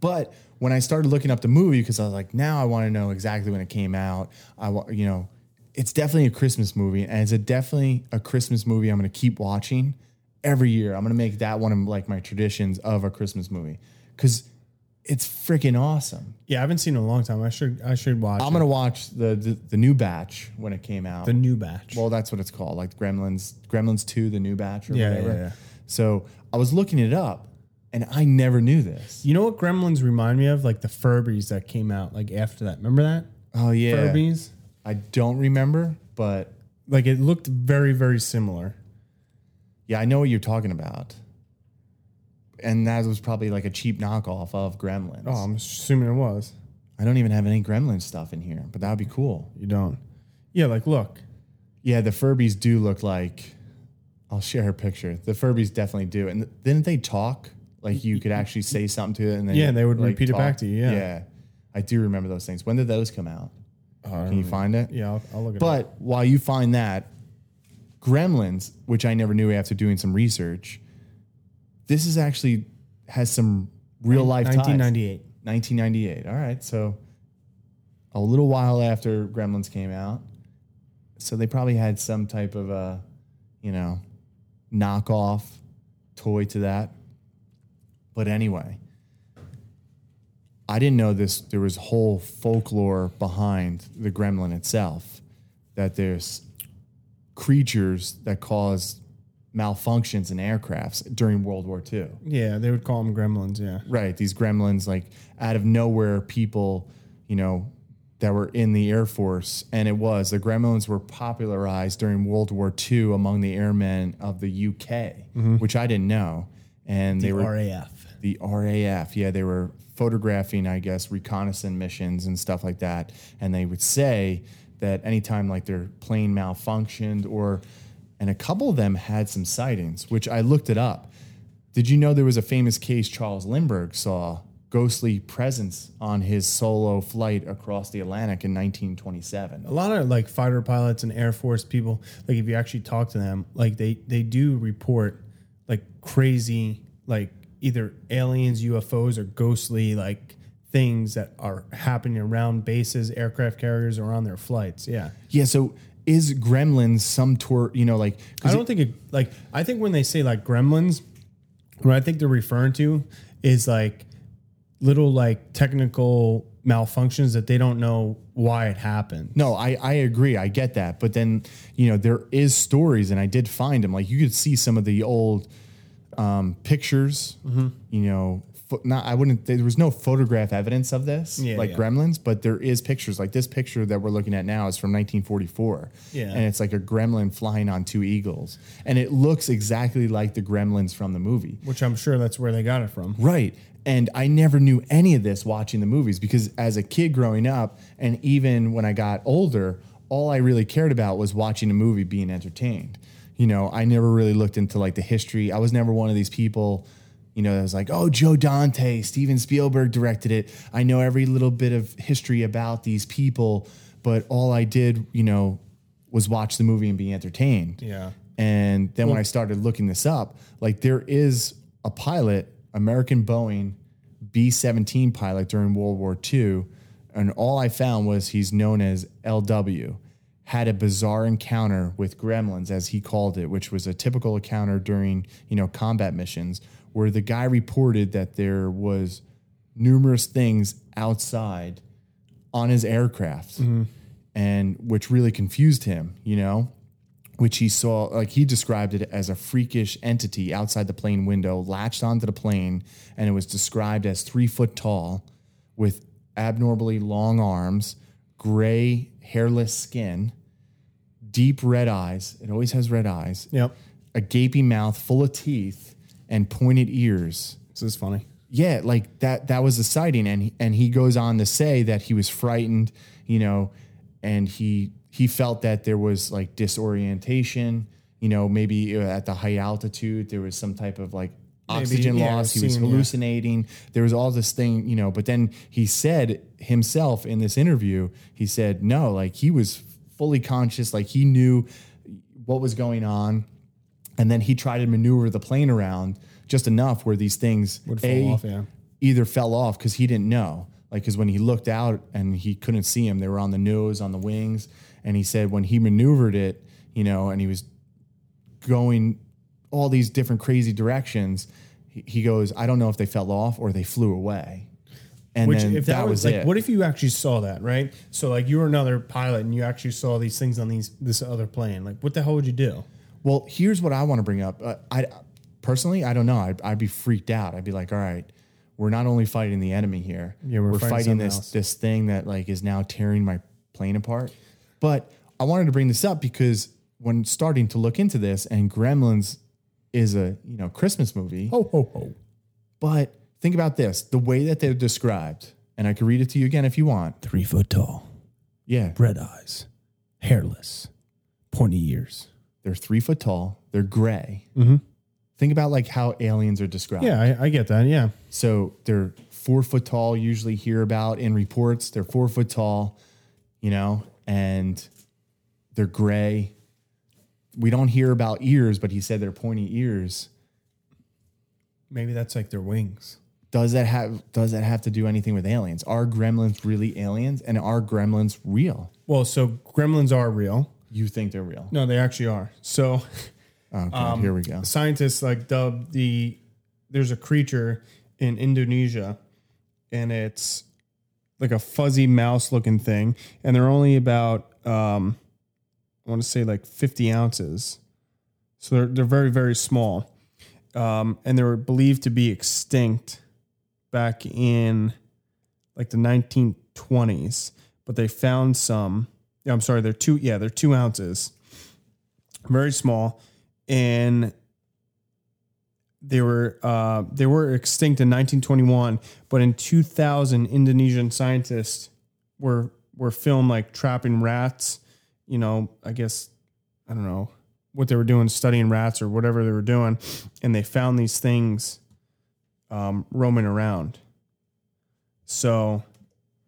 [SPEAKER 3] But when I started looking up the movie, because I was like, now I want to know exactly when it came out. I want, you know, it's definitely a Christmas movie, and it's a definitely a Christmas movie. I'm going to keep watching every year. I'm going to make that one of like my traditions of a Christmas movie because it's freaking awesome.
[SPEAKER 4] Yeah, I haven't seen it in a long time. I should I should watch
[SPEAKER 3] I'm
[SPEAKER 4] it.
[SPEAKER 3] going to watch the, the the new batch when it came out.
[SPEAKER 4] the new batch.
[SPEAKER 3] Well, that's what it's called, like Gremlins, Gremlins Two, the new batch, or
[SPEAKER 4] Yeah,
[SPEAKER 3] whatever.
[SPEAKER 4] yeah, yeah.
[SPEAKER 3] So I was looking it up, and I never knew this.
[SPEAKER 4] you know what Gremlins remind me of? Like the Furbies that came out like after that. Remember that?
[SPEAKER 3] Oh yeah,
[SPEAKER 4] Furbies?
[SPEAKER 3] I don't remember, but
[SPEAKER 4] Like it looked very, very similar.
[SPEAKER 3] yeah, I know what you're talking about. And that was probably like a cheap knockoff of Gremlins.
[SPEAKER 4] Oh, I'm assuming it was.
[SPEAKER 3] I don't even have any Gremlin stuff in here, but that would be cool.
[SPEAKER 4] You don't. Yeah, like look.
[SPEAKER 3] Yeah, the Furbies do look like. I'll share a picture. The Furbies definitely do. And th- didn't they talk? Like you could actually say something to it, and then
[SPEAKER 4] Yeah, they would
[SPEAKER 3] like,
[SPEAKER 4] repeat it back
[SPEAKER 3] talk.
[SPEAKER 4] to you, yeah.
[SPEAKER 3] yeah, I do remember those things. When did those come out? Can you find it?
[SPEAKER 4] Um, Yeah, I'll, I'll look at
[SPEAKER 3] But while you find that, Gremlins, which I never knew after doing some research, this is actually has some real life ties.
[SPEAKER 4] 1998.
[SPEAKER 3] 1998. All right, so a little while after Gremlins came out, so they probably had some type of a, you know, knockoff toy to that. But anyway, I didn't know this. There was whole folklore behind the gremlin itself, that there's creatures that cause malfunctions in aircrafts during World War II.
[SPEAKER 4] Yeah, they would call them Gremlins. Yeah.
[SPEAKER 3] Right, these gremlins, like out of nowhere, people, you know, that were in the Air Force, and it was the gremlins were popularized during World War II among the airmen of the UK, which I didn't know, and they were
[SPEAKER 4] RAF.
[SPEAKER 3] the RAF. Yeah, they were photographing, I guess, reconnaissance missions and stuff like that. And they would say that anytime like their plane malfunctioned or, and a couple of them had some sightings, which I looked it up. Did you know there was a famous case Charles Lindbergh saw ghostly presence on his solo flight across the Atlantic in 1927?
[SPEAKER 4] a lot of like fighter pilots and air force people like if you actually talk to them like they they do report like crazy like either aliens ufos or ghostly like things that are happening around bases aircraft carriers or on their flights yeah
[SPEAKER 3] Yeah, so is gremlins some tour, you know, like, 'cause
[SPEAKER 4] i don't think it like i think when they say like gremlins what i think they're referring to is like little like technical malfunctions that they don't know why it happened
[SPEAKER 3] No, I, I agree. I get that. But then, you know, there is stories and I did
[SPEAKER 4] Mm-hmm.
[SPEAKER 3] find them. Like you could see some of the old um, pictures, you know, pho- not I wouldn't there was no photograph evidence of this
[SPEAKER 4] Yeah,
[SPEAKER 3] like
[SPEAKER 4] yeah.
[SPEAKER 3] gremlins, but there is pictures like this picture that we're looking at now is from 1944.
[SPEAKER 4] Yeah.
[SPEAKER 3] And it's like a gremlin flying on two eagles and it looks exactly like the gremlins from the movie.
[SPEAKER 4] which I'm sure that's where they got it from.
[SPEAKER 3] Right. And I never knew any of this watching the movies because as a kid growing up, and even when I got older, all I really cared about was watching a movie, being entertained. You know, I never really looked into like the history. I was never one of these people, you know, that was like, oh, Joe Dante, Steven Spielberg directed it. I know every little bit of history about these people, but all I did, you know, was watch the movie and be entertained.
[SPEAKER 4] Yeah.
[SPEAKER 3] And then when I started looking this up, like there is a pilot, American Boeing B 17 pilot during World War II. And all I found was he's known as LW, had a bizarre encounter with gremlins, as he called it, which was a typical encounter during, you know, combat missions, where the guy reported that there was numerous things outside on his aircraft and which really confused him, you know, which he saw, like he described it as a freakish entity outside the plane window, latched onto the plane, and it was described as three foot tall with abnormally long arms, gray, hairless skin, deep red eyes. It always has red eyes.
[SPEAKER 4] Yep.
[SPEAKER 3] A gaping mouth full of teeth and pointed ears
[SPEAKER 4] This is funny.
[SPEAKER 3] yeah, like that that was the sighting and he- and he goes on to say that he was frightened, you know, and he he felt that there was like disorientation, you know, maybe uh, at the high altitude there was some type of like oxygen
[SPEAKER 4] yeah,
[SPEAKER 3] loss, he was
[SPEAKER 4] seeing, yeah.
[SPEAKER 3] hallucinating. There was all this thing, you know, but then he said himself in this interview, he said no, like he was fully conscious, like he knew what was going on and then he tried to maneuver the plane around just enough where these things
[SPEAKER 4] Would fall off, yeah.
[SPEAKER 3] either fell off because he didn't know. Like, because when he looked out and he couldn't see him, they were on the nose, on the wings. And he said when he maneuvered it, you know, and he was going all these different crazy directions, he, he goes, I don't know if they fell off or they flew away. And
[SPEAKER 4] Which,
[SPEAKER 3] then
[SPEAKER 4] if that, was, like,
[SPEAKER 3] it.
[SPEAKER 4] what if you actually saw that, right? So, like, you were another pilot and you actually saw these things on these this other plane. Like, what the hell would you do?
[SPEAKER 3] Well, here's what I want to bring up. Uh, I personally, I don't know. I'd, I'd be freaked out. I'd be like, all right, we're not only fighting the enemy here,
[SPEAKER 4] Yeah, we're fighting
[SPEAKER 3] fighting
[SPEAKER 4] something
[SPEAKER 3] this
[SPEAKER 4] else."
[SPEAKER 3] this thing that like is now tearing my plane apart. But I wanted to bring this up because when starting to look into this, and Gremlins is a you know Christmas movie.
[SPEAKER 4] Ho ho ho!
[SPEAKER 3] But think about this: the way that they're described, and I could read it to you again if you want.
[SPEAKER 4] Three foot tall,
[SPEAKER 3] Yeah,
[SPEAKER 4] red eyes, hairless, pointy ears.
[SPEAKER 3] they're three foot tall. They're gray. Think about like how aliens are described.
[SPEAKER 4] Mm-hmm. Yeah, I, I get that. Yeah,
[SPEAKER 3] So they're four foot tall, usually hear about in reports. They're four foot tall, you know, and they're gray. We don't hear about ears, but he said they're pointy ears.
[SPEAKER 4] maybe that's like their wings.
[SPEAKER 3] Does that have does that have to do anything with aliens? Are gremlins really aliens? And are gremlins real?
[SPEAKER 4] Well, so gremlins are real.
[SPEAKER 3] You think they're real?
[SPEAKER 4] No, they actually are. So,
[SPEAKER 3] Oh god, here we
[SPEAKER 4] Um,
[SPEAKER 3] go.
[SPEAKER 4] scientists like dubbed the there's a creature in Indonesia and it's like a fuzzy mouse looking thing and they're only about um I want to say like 50 ounces. So they're they're very very small. Um and they were believed to be extinct back in like the 1920s, but they found some yeah, I'm sorry, they're 2 yeah, they're 2 ounces. Very small and they were uh, they were extinct in 1921, but in 2000, Indonesian scientists were were filmed like trapping rats. You know, I guess I don't know what they were doing, studying rats or whatever they were doing, and they found these things um, roaming around. So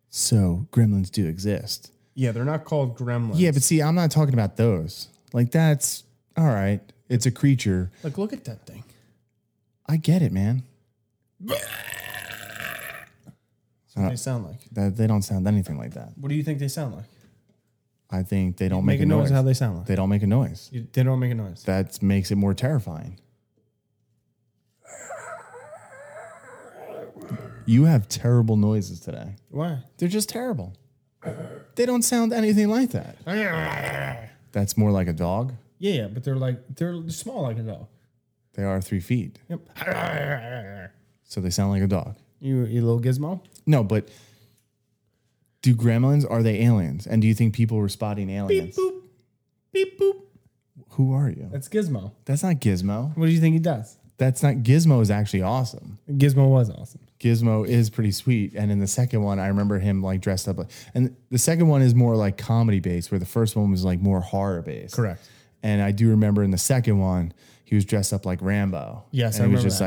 [SPEAKER 3] So gremlins do exist.
[SPEAKER 4] yeah, they're not called gremlins.
[SPEAKER 3] Yeah, but see, I'm not talking about those. Like that's all right. It's a creature.
[SPEAKER 4] like look at that thing.
[SPEAKER 3] I get it, man.
[SPEAKER 4] That's what they sound like.
[SPEAKER 3] That they don't sound anything like that.
[SPEAKER 4] What do you think they sound like?
[SPEAKER 3] I think they don't
[SPEAKER 4] Make,
[SPEAKER 3] make,
[SPEAKER 4] a noise. How they sound like?
[SPEAKER 3] They don't make a noise.
[SPEAKER 4] You- they don't make a noise.
[SPEAKER 3] That makes it more terrifying. You have terrible noises today.
[SPEAKER 4] Why?
[SPEAKER 3] They're just terrible. They don't sound anything like that. That's more like a dog.
[SPEAKER 4] Yeah, but they're like they're small like a dog.
[SPEAKER 3] They are three feet.
[SPEAKER 4] Yep.
[SPEAKER 3] so they sound like a dog.
[SPEAKER 4] You, you little gizmo?
[SPEAKER 3] No, but do gremlins are they aliens? And do you think people were spotting aliens?
[SPEAKER 4] Boop. Beep boop.
[SPEAKER 3] Who are you?
[SPEAKER 4] That's Gizmo.
[SPEAKER 3] That's not Gizmo.
[SPEAKER 4] What do you think he does?
[SPEAKER 3] That's not Gizmo is actually awesome.
[SPEAKER 4] Gizmo was awesome.
[SPEAKER 3] Gizmo is pretty sweet. And in the second one, I remember him like dressed up like, and the second one is more like comedy based, where the first one was like more horror based.
[SPEAKER 4] Correct.
[SPEAKER 3] And I do remember in the second one, he was dressed up like Rambo.
[SPEAKER 4] Yes,
[SPEAKER 3] and
[SPEAKER 4] I
[SPEAKER 3] he was
[SPEAKER 4] remember
[SPEAKER 3] just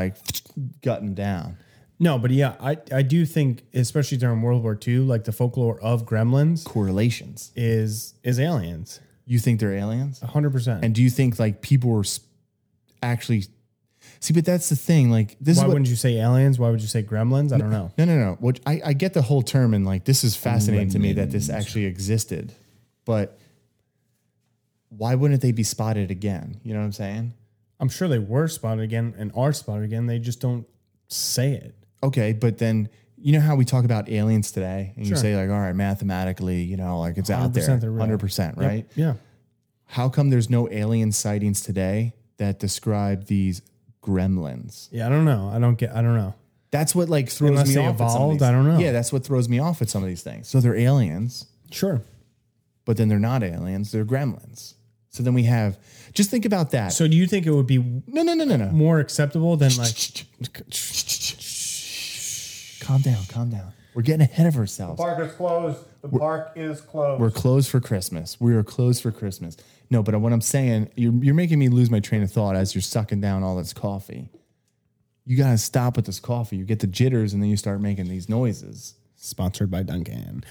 [SPEAKER 3] like gutting down.
[SPEAKER 4] No, but yeah, I, I do think, especially during World War II, like the folklore of gremlins
[SPEAKER 3] Correlations.
[SPEAKER 4] is is aliens.
[SPEAKER 3] You think they're aliens?
[SPEAKER 4] 100%.
[SPEAKER 3] And do you think like people were s- actually see? But that's the thing. Like this
[SPEAKER 4] Why
[SPEAKER 3] is what,
[SPEAKER 4] wouldn't you say aliens? Why would you say gremlins? I don't know.
[SPEAKER 3] No, no, no. Which I, I get the whole term, and like this is fascinating to me that this actually existed, but why wouldn't they be spotted again? You know what I'm saying?
[SPEAKER 4] I'm sure they were spotted again and are spotted again. They just don't say it.
[SPEAKER 3] Okay, but then you know how we talk about aliens today, and you say like, all right, mathematically, you know, like it's out there,
[SPEAKER 4] 100% they're real.
[SPEAKER 3] hundred percent, right?
[SPEAKER 4] Yeah.
[SPEAKER 3] How come there's no alien sightings today that describe these gremlins?
[SPEAKER 4] Yeah, I don't know. I don't get, I don't know.
[SPEAKER 3] That's what like throws
[SPEAKER 4] Unless
[SPEAKER 3] me
[SPEAKER 4] they
[SPEAKER 3] off. with some of
[SPEAKER 4] evolved,
[SPEAKER 3] these-
[SPEAKER 4] I don't know.
[SPEAKER 3] Yeah, that's what throws me off with some of these things. So they're aliens.
[SPEAKER 4] Sure.
[SPEAKER 3] but then they're not aliens, they're gremlins. So then we have just think about that.
[SPEAKER 4] So do you think it would be
[SPEAKER 3] no, no, no, no, no.
[SPEAKER 4] more acceptable than like,
[SPEAKER 3] Calm down, calm down. We're getting ahead of ourselves.
[SPEAKER 11] Park is closed. The park is closed.
[SPEAKER 3] We're closed for Christmas. We are closed for Christmas. No, but what I'm saying, you're, you're making me lose my train of thought as you're sucking down all this coffee. You gotta stop with this coffee. You get the jitters and then you start making these noises.
[SPEAKER 4] sponsored by Duncan?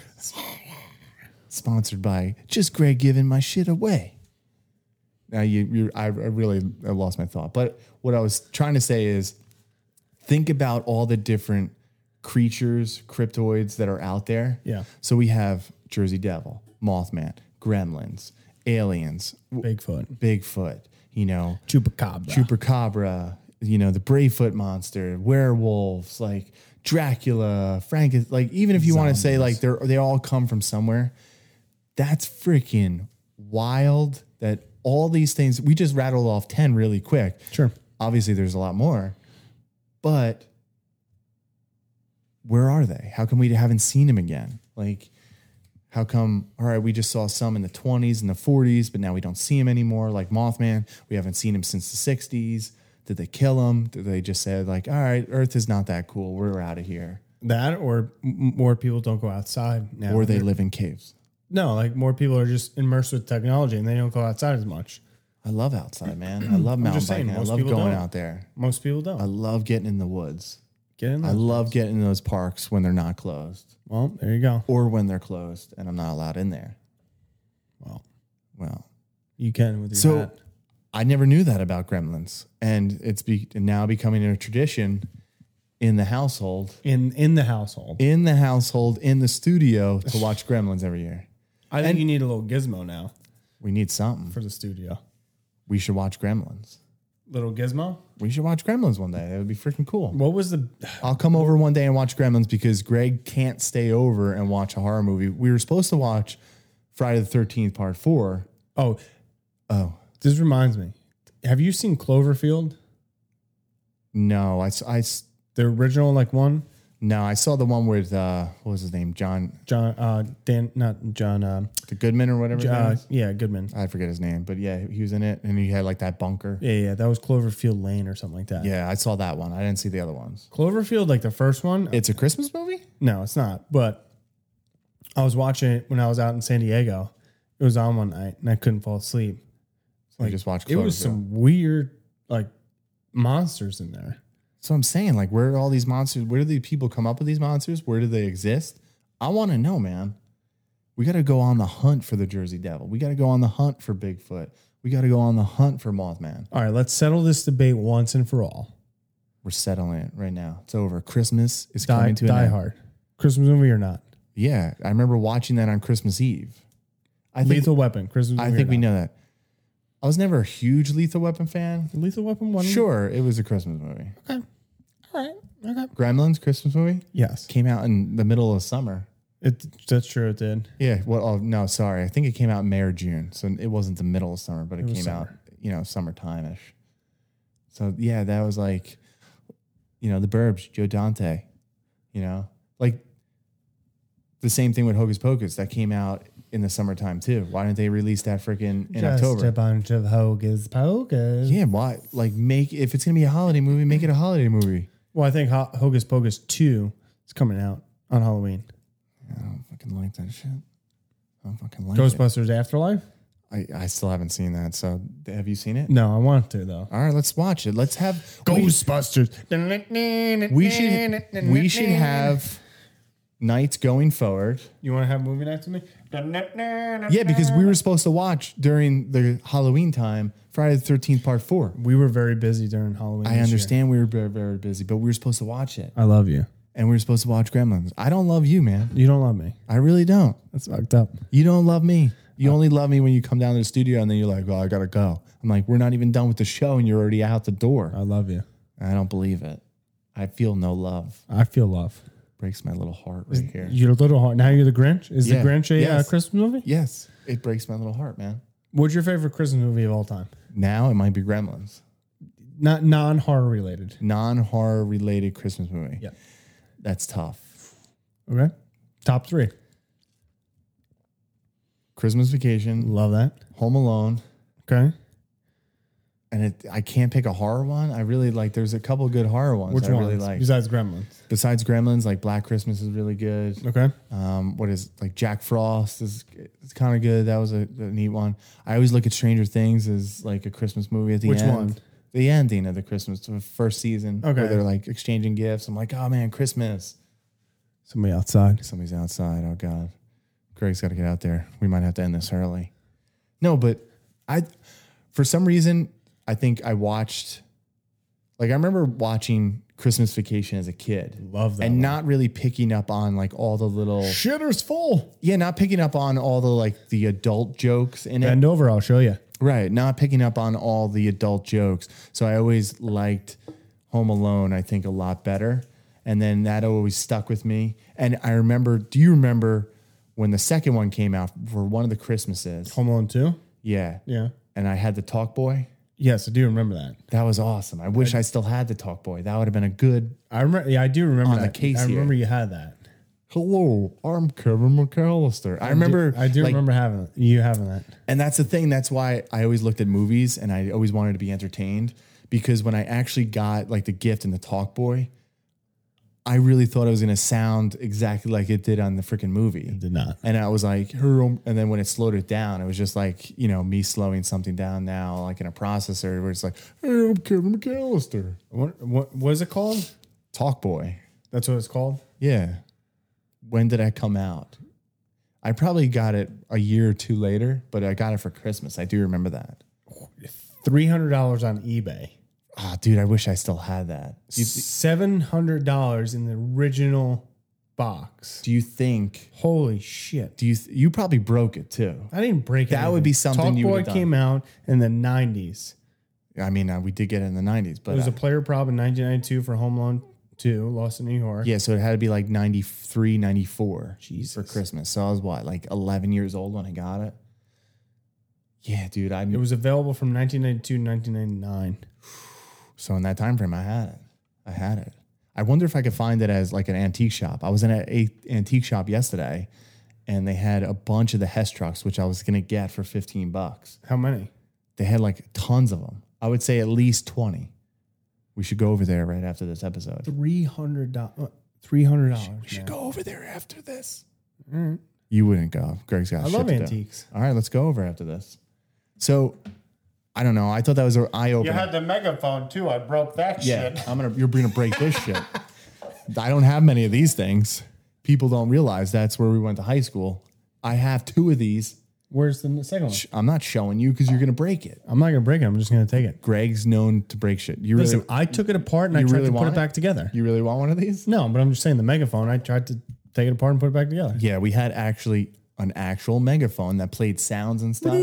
[SPEAKER 3] Sponsored by just Greg giving my shit away. Now you, you I, I really I lost my thought. But what I was trying to say is, think about all the different creatures, cryptoids that are out there.
[SPEAKER 4] Yeah.
[SPEAKER 3] So we have Jersey Devil, Mothman, Gremlins, aliens, w-
[SPEAKER 4] Bigfoot.
[SPEAKER 3] Bigfoot. You know,
[SPEAKER 4] Chupacabra.
[SPEAKER 3] Chupacabra, you know, the Bravefoot monster, werewolves, like Dracula, Frank, like even if you want to say like they're they all come from somewhere, that's freaking wild that all these things we just rattled off 10 really quick.
[SPEAKER 4] Sure.
[SPEAKER 3] Obviously there's a lot more. But where are they? How come we haven't seen them again? Like how come all right we just saw some in the 20s and the 40s but now we don't see him anymore like mothman we haven't seen him since the 60s did they kill him did they just say like all right earth is not that cool we're out of here
[SPEAKER 4] That or m- more people don't go outside now.
[SPEAKER 3] or they live in caves
[SPEAKER 4] No, like more people are just immersed with technology and they don't go outside as much.
[SPEAKER 3] i love outside man i love mountain
[SPEAKER 4] just saying,
[SPEAKER 3] biking i
[SPEAKER 4] most
[SPEAKER 3] love
[SPEAKER 4] people
[SPEAKER 3] going
[SPEAKER 4] don't.
[SPEAKER 3] out there
[SPEAKER 4] Most people don't.
[SPEAKER 3] i love getting in the woods
[SPEAKER 4] Get in
[SPEAKER 3] i
[SPEAKER 4] there.
[SPEAKER 3] love getting in those parks when they're not closed
[SPEAKER 4] well, there you go.
[SPEAKER 3] or when they're closed and i'm not allowed in there
[SPEAKER 4] Well,
[SPEAKER 3] well
[SPEAKER 4] you can with your
[SPEAKER 3] So-
[SPEAKER 4] hat.
[SPEAKER 3] I never knew that about gremlins, and it's be, now becoming a tradition in the household,
[SPEAKER 4] in in the household.
[SPEAKER 3] in the household, in the studio to watch gremlins every year.
[SPEAKER 4] I think you need a little gizmo now
[SPEAKER 3] We need something.
[SPEAKER 4] for the studio.
[SPEAKER 3] We should watch gremlins.
[SPEAKER 4] Little gizmo.
[SPEAKER 3] We should watch gremlins one day. That would be freaking cool.
[SPEAKER 4] What was the?
[SPEAKER 3] I'll come over one day and watch gremlins because Greg can't stay over and watch a horror movie. We were supposed to watch Friday the 13th, part four.
[SPEAKER 4] Oh,
[SPEAKER 3] Oh,
[SPEAKER 4] this reminds me. Have you seen Cloverfield?
[SPEAKER 3] no. I, s- I s-
[SPEAKER 4] The original, like one
[SPEAKER 3] no, I saw the one with, uh, what was his name? John
[SPEAKER 4] John uh, Dan, not John. Um,
[SPEAKER 3] the Goodman or whatever. his name
[SPEAKER 4] uh,
[SPEAKER 3] is?
[SPEAKER 4] yeah, Goodman.
[SPEAKER 3] I forget his name, but yeah, he was in it, and he had like that bunker.
[SPEAKER 4] Yeah, yeah, that was Cloverfield Lane or something like that.
[SPEAKER 3] Yeah, I saw that one. I didn't see the other ones.
[SPEAKER 4] Cloverfield, like the first one.
[SPEAKER 3] It's a Christmas movie.
[SPEAKER 4] No, it's not. But I was watching it when I was out in San Diego. It was on one night, and I couldn't fall asleep.
[SPEAKER 3] I just watched.
[SPEAKER 4] It was
[SPEAKER 3] Cloverfield.
[SPEAKER 4] some weird, like, monsters in there.
[SPEAKER 3] So I'm saying, like, where are all these monsters? Where do these people come up with these monsters? Where do they exist? I want to know, man. We got to go on the hunt for the Jersey Devil. We got to go on the hunt for Bigfoot. We got to go on the hunt for Mothman.
[SPEAKER 4] All right, let's settle this debate once and for all.
[SPEAKER 3] We're settling it right now. It's over. Christmas is
[SPEAKER 4] Die,
[SPEAKER 3] coming to an
[SPEAKER 4] die
[SPEAKER 3] end.
[SPEAKER 4] Hard, Christmas movie or not?
[SPEAKER 3] Yeah, I remember watching that on Christmas Eve. I think
[SPEAKER 4] Lethal Weapon, Christmas.
[SPEAKER 3] I
[SPEAKER 4] movie or
[SPEAKER 3] think we
[SPEAKER 4] not.
[SPEAKER 3] know that. I was never a huge Lethal Weapon fan.
[SPEAKER 4] Lethal Weapon one.
[SPEAKER 3] Sure, it was a Christmas movie.
[SPEAKER 4] All right. Okay.
[SPEAKER 3] Gremlins Christmas movie
[SPEAKER 4] Yes,
[SPEAKER 3] came out in the middle of summer.
[SPEAKER 4] it. That's true. It did.
[SPEAKER 3] Yeah. Well, oh no, sorry. I think it came out in May or June, so it wasn't the middle of summer, but it,
[SPEAKER 4] was
[SPEAKER 3] came out you know summertime ish. So yeah, that was like you know, the Burbs, Joe Dante, you know, like the same thing with Hocus Pocus that came out in the summertime too. Why didn't they release that freaking in
[SPEAKER 4] Just
[SPEAKER 3] October?
[SPEAKER 4] a bunch of hocus pocus.
[SPEAKER 3] Yeah, why? Like, make if it's gonna be a holiday movie, make it a holiday movie.
[SPEAKER 4] Well, I think Ho- Hocus Pocus 2 is coming out on Halloween.
[SPEAKER 3] I don't fucking like that shit. I don't fucking like it.
[SPEAKER 4] Ghostbusters Afterlife?
[SPEAKER 3] I, I still haven't seen that. So, have you seen it?
[SPEAKER 4] No, I want to, though.
[SPEAKER 3] All right, let's watch it. Let's have
[SPEAKER 4] Ghostbusters.
[SPEAKER 3] We should we should have nights going forward.
[SPEAKER 4] You want to have movie nights with me?
[SPEAKER 3] Yeah, because we were supposed to watch during the Halloween time, Friday the Thirteenth Part Four.
[SPEAKER 4] We were very busy during Halloween.
[SPEAKER 3] I
[SPEAKER 4] this year.
[SPEAKER 3] understand we were very very busy, but we were supposed to watch it,
[SPEAKER 4] I love you.
[SPEAKER 3] and we were supposed to watch Gremlins. I don't love you, man.
[SPEAKER 4] You don't love me.
[SPEAKER 3] I really don't.
[SPEAKER 4] That's fucked up.
[SPEAKER 3] You don't love me. You only love me when you come down to the studio, and then you're like, "Well, I gotta go." I'm like, "We're not even done with the show, and you're already out the door."
[SPEAKER 4] I love you.
[SPEAKER 3] I don't believe it. I feel no love.
[SPEAKER 4] I feel love.
[SPEAKER 3] Breaks my little heart right here.
[SPEAKER 4] You're a little heart. Now you're the Grinch. Is
[SPEAKER 3] Yeah.
[SPEAKER 4] the Grinch a
[SPEAKER 3] Yes.
[SPEAKER 4] uh, Christmas movie?
[SPEAKER 3] Yes, it breaks my little heart, man.
[SPEAKER 4] What's your favorite Christmas movie of all time?
[SPEAKER 3] Now it might be Gremlins.
[SPEAKER 4] Not non horror related.
[SPEAKER 3] non horror related Christmas movie.
[SPEAKER 4] Yeah.
[SPEAKER 3] That's tough.
[SPEAKER 4] Okay. Top three.
[SPEAKER 3] Christmas Vacation,
[SPEAKER 4] Love that.
[SPEAKER 3] Home Alone,
[SPEAKER 4] Okay.
[SPEAKER 3] and it, I can't pick a horror one. I really like. There's a couple good horror ones
[SPEAKER 4] Which
[SPEAKER 3] I
[SPEAKER 4] one?
[SPEAKER 3] really like.
[SPEAKER 4] Besides Gremlins.
[SPEAKER 3] Besides Gremlins, like Black Christmas is really good.
[SPEAKER 4] Okay.
[SPEAKER 3] Um, what is like Jack Frost is it's kind of good. That was a, a neat one. I always look at Stranger Things as like a Christmas movie at the
[SPEAKER 4] Which
[SPEAKER 3] end.
[SPEAKER 4] one?
[SPEAKER 3] The ending of the Christmas the first season.
[SPEAKER 4] Okay.
[SPEAKER 3] Where they're like exchanging gifts. I'm like, oh man, Christmas.
[SPEAKER 4] Somebody outside.
[SPEAKER 3] Somebody's outside. Oh God, Greg's got to get out there. We might have to end this early. No, but I, for some reason, I think I watched, like I remember watching Christmas Vacation as a kid.
[SPEAKER 4] Love that
[SPEAKER 3] and
[SPEAKER 4] one.
[SPEAKER 3] not really picking up on like all the little
[SPEAKER 4] Shitter's full.
[SPEAKER 3] yeah, not picking up on all the like the adult jokes in it.
[SPEAKER 4] Bend over. I'll show you.
[SPEAKER 3] Right. Not picking up on all the adult jokes. So I always liked Home Alone, I think, a lot better. And then that always stuck with me. And I remember, do you remember when the second one came out for one of the Christmases?
[SPEAKER 4] Home Alone 2?
[SPEAKER 3] Yeah.
[SPEAKER 4] Yeah.
[SPEAKER 3] And I had the Talk Boy.
[SPEAKER 4] Yes, I do remember that.
[SPEAKER 3] That was awesome. I wish I still had the Talk Boy. That would have been a good.
[SPEAKER 4] I remember. Yeah, I do remember
[SPEAKER 3] On Oh, the
[SPEAKER 4] that.
[SPEAKER 3] case
[SPEAKER 4] I
[SPEAKER 3] here.
[SPEAKER 4] remember you had that.
[SPEAKER 3] Hello, I'm Kevin McAllister. I remember.
[SPEAKER 4] I do
[SPEAKER 3] like,
[SPEAKER 4] remember having it. You having that.
[SPEAKER 3] And that's the thing. That's why I always looked at movies and I always wanted to be entertained because when I actually got like the gift and the talk boy, I really thought it was going to sound exactly like it did on the freaking movie.
[SPEAKER 4] Did not.
[SPEAKER 3] And I was like, "Hurrum," and then when it slowed it down, it was just like, you know, me slowing something down now, like in a processor where it's like, hey, I'm Kevin McAllister,
[SPEAKER 4] What, what what is it called?
[SPEAKER 3] talk boy.
[SPEAKER 4] That's what it's called.
[SPEAKER 3] Yeah. When did I come out? I probably got it a year or two later, but I got it for Christmas. I do remember that.
[SPEAKER 4] Three hundred dollars on eBay.
[SPEAKER 3] Ah, dude, I wish I still had that. Do you,
[SPEAKER 4] Seven hundred dollars in the original box.
[SPEAKER 3] do you think?
[SPEAKER 4] Holy shit!
[SPEAKER 3] Do you th- you probably broke it too?
[SPEAKER 4] I didn't break
[SPEAKER 3] That would be something
[SPEAKER 4] Talkboy
[SPEAKER 3] you would've done.
[SPEAKER 4] came out in the nineties.
[SPEAKER 3] I mean, uh, we did get it in the nineties,
[SPEAKER 4] It
[SPEAKER 3] but
[SPEAKER 4] was
[SPEAKER 3] uh,
[SPEAKER 4] a player prop in nineteen ninety two for Home Alone Two, Lost in New York.
[SPEAKER 3] yeah, so it had to be like 93, 94 for
[SPEAKER 4] Jesus.
[SPEAKER 3] Christmas. So I was what, like eleven years old when I got it. Yeah, dude, I
[SPEAKER 4] It was available from 1992 to 1999.
[SPEAKER 3] so in that time frame, I had it. I had it. I wonder if I could find it as like an antique shop. I was in an a- antique shop yesterday, and they had a bunch of the Hess trucks, which I was gonna get for fifteen bucks.
[SPEAKER 4] How many?
[SPEAKER 3] They had like tons of them. I would say at least 20. We should go over there right after this episode.
[SPEAKER 4] Three hundred dollars. Three hundred dollars.
[SPEAKER 3] We should go over there after this. You wouldn't go. Greg's got
[SPEAKER 4] Mm. I
[SPEAKER 3] shit
[SPEAKER 4] love
[SPEAKER 3] to do.
[SPEAKER 4] antiques.
[SPEAKER 3] All right, let's go over after this. So, I don't know. I thought that was an eye
[SPEAKER 11] You had
[SPEAKER 3] opener.
[SPEAKER 11] the megaphone too. I broke that
[SPEAKER 3] Yeah,
[SPEAKER 11] shit.
[SPEAKER 3] I'm gonna. You're gonna break this shit. I don't have many of these things. People don't realize that's where we went to high school. I have two of these.
[SPEAKER 4] Where's the second one?
[SPEAKER 3] I'm not showing you because you're gonna break it.
[SPEAKER 4] I'm not gonna break it. I'm just gonna take it.
[SPEAKER 3] Greg's known to break shit. You
[SPEAKER 4] Listen,
[SPEAKER 3] really,
[SPEAKER 4] I took it apart and I
[SPEAKER 3] you
[SPEAKER 4] tried
[SPEAKER 3] really
[SPEAKER 4] to put
[SPEAKER 3] want
[SPEAKER 4] it
[SPEAKER 3] it?
[SPEAKER 4] back together.
[SPEAKER 3] you really want one of these?
[SPEAKER 4] No, but I'm just saying the megaphone. I tried to take it apart and put it back together.
[SPEAKER 3] Yeah, we had actually an actual megaphone that played sounds and stuff.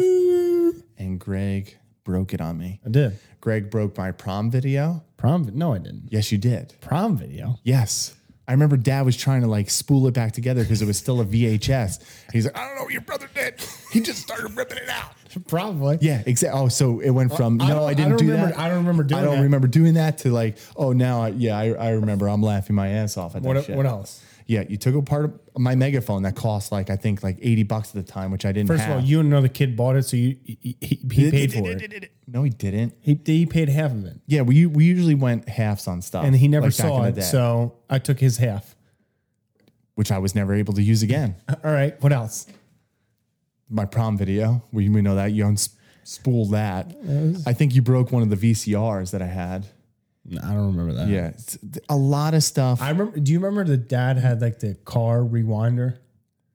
[SPEAKER 3] and Greg broke it on me.
[SPEAKER 4] I did.
[SPEAKER 3] Greg broke my prom video.
[SPEAKER 4] Prom? vi- No, I didn't.
[SPEAKER 3] Yes, you did.
[SPEAKER 4] Prom video.
[SPEAKER 3] Yes. I remember dad was trying to like spool it back together because it was still a VHS. He's like, I don't know what your brother did. He just started ripping it out.
[SPEAKER 4] Probably.
[SPEAKER 3] Yeah, exactly. Oh, so it went from
[SPEAKER 4] I
[SPEAKER 3] no,
[SPEAKER 4] don't-
[SPEAKER 3] I
[SPEAKER 4] I
[SPEAKER 3] didn't
[SPEAKER 4] don't
[SPEAKER 3] do
[SPEAKER 4] remember-
[SPEAKER 3] that.
[SPEAKER 4] I don't remember doing
[SPEAKER 3] I don't
[SPEAKER 4] that.
[SPEAKER 3] remember doing that. To like, oh, now, I, yeah, I, I remember. I'm laughing my ass off at that
[SPEAKER 4] What,
[SPEAKER 3] shit.
[SPEAKER 4] what else?
[SPEAKER 3] Yeah, you took apart my megaphone that cost like I think like eighty bucks at the time, which I didn't.
[SPEAKER 4] First
[SPEAKER 3] have.
[SPEAKER 4] of all, you and another kid bought it, so you he, he, he paid for it.
[SPEAKER 3] No, he didn't.
[SPEAKER 4] He, he paid half of it,
[SPEAKER 3] Yeah, we we usually went halves on stuff,
[SPEAKER 4] and he never
[SPEAKER 3] like, back
[SPEAKER 4] saw
[SPEAKER 3] in the
[SPEAKER 4] it.
[SPEAKER 3] day,
[SPEAKER 4] So I took his half.
[SPEAKER 3] which I was never able to use again.
[SPEAKER 4] All right. What else?
[SPEAKER 3] My prom video, we we know that you unspooled that. I think you broke one of the VCRs that I had.
[SPEAKER 4] I don't remember that.
[SPEAKER 3] Yeah, it's- a lot of stuff.
[SPEAKER 4] I remember. Do you remember the dad had like the car rewinder?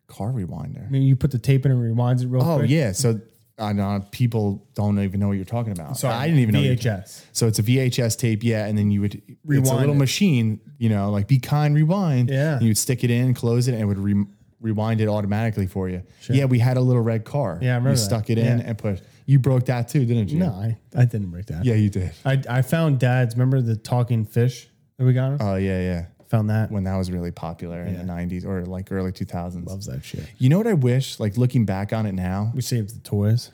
[SPEAKER 3] Car rewinder.
[SPEAKER 4] I mean, you put the tape in and it rewinds it real
[SPEAKER 3] Oh
[SPEAKER 4] quick.
[SPEAKER 3] yeah, so I know people don't even know what you're talking about.
[SPEAKER 4] Sorry,
[SPEAKER 3] I didn't even know you-
[SPEAKER 4] VHS.
[SPEAKER 3] So it's a VHS tape, yeah, and then you would It's a
[SPEAKER 4] Rewind
[SPEAKER 3] little
[SPEAKER 4] it.
[SPEAKER 3] machine, you know, like be kind, rewind.
[SPEAKER 4] Yeah.
[SPEAKER 3] you would stick it in, close it, and it would re- rewind it automatically for you. Yeah, we had a little red car.
[SPEAKER 4] Yeah, I remember
[SPEAKER 3] You
[SPEAKER 4] that.
[SPEAKER 3] stuck it in
[SPEAKER 4] Yeah.
[SPEAKER 3] and pushed. You broke that too, didn't you?
[SPEAKER 4] No, I, I didn't break that.
[SPEAKER 3] Yeah, you did.
[SPEAKER 4] I, I found dad's. Remember the talking fish that we got him?
[SPEAKER 3] Oh yeah, yeah.
[SPEAKER 4] found that.
[SPEAKER 3] When that was really popular in the '90s or like early 2000s.
[SPEAKER 4] Loves that shit.
[SPEAKER 3] You know what I wish? Like looking back on it now,
[SPEAKER 4] We saved the toys.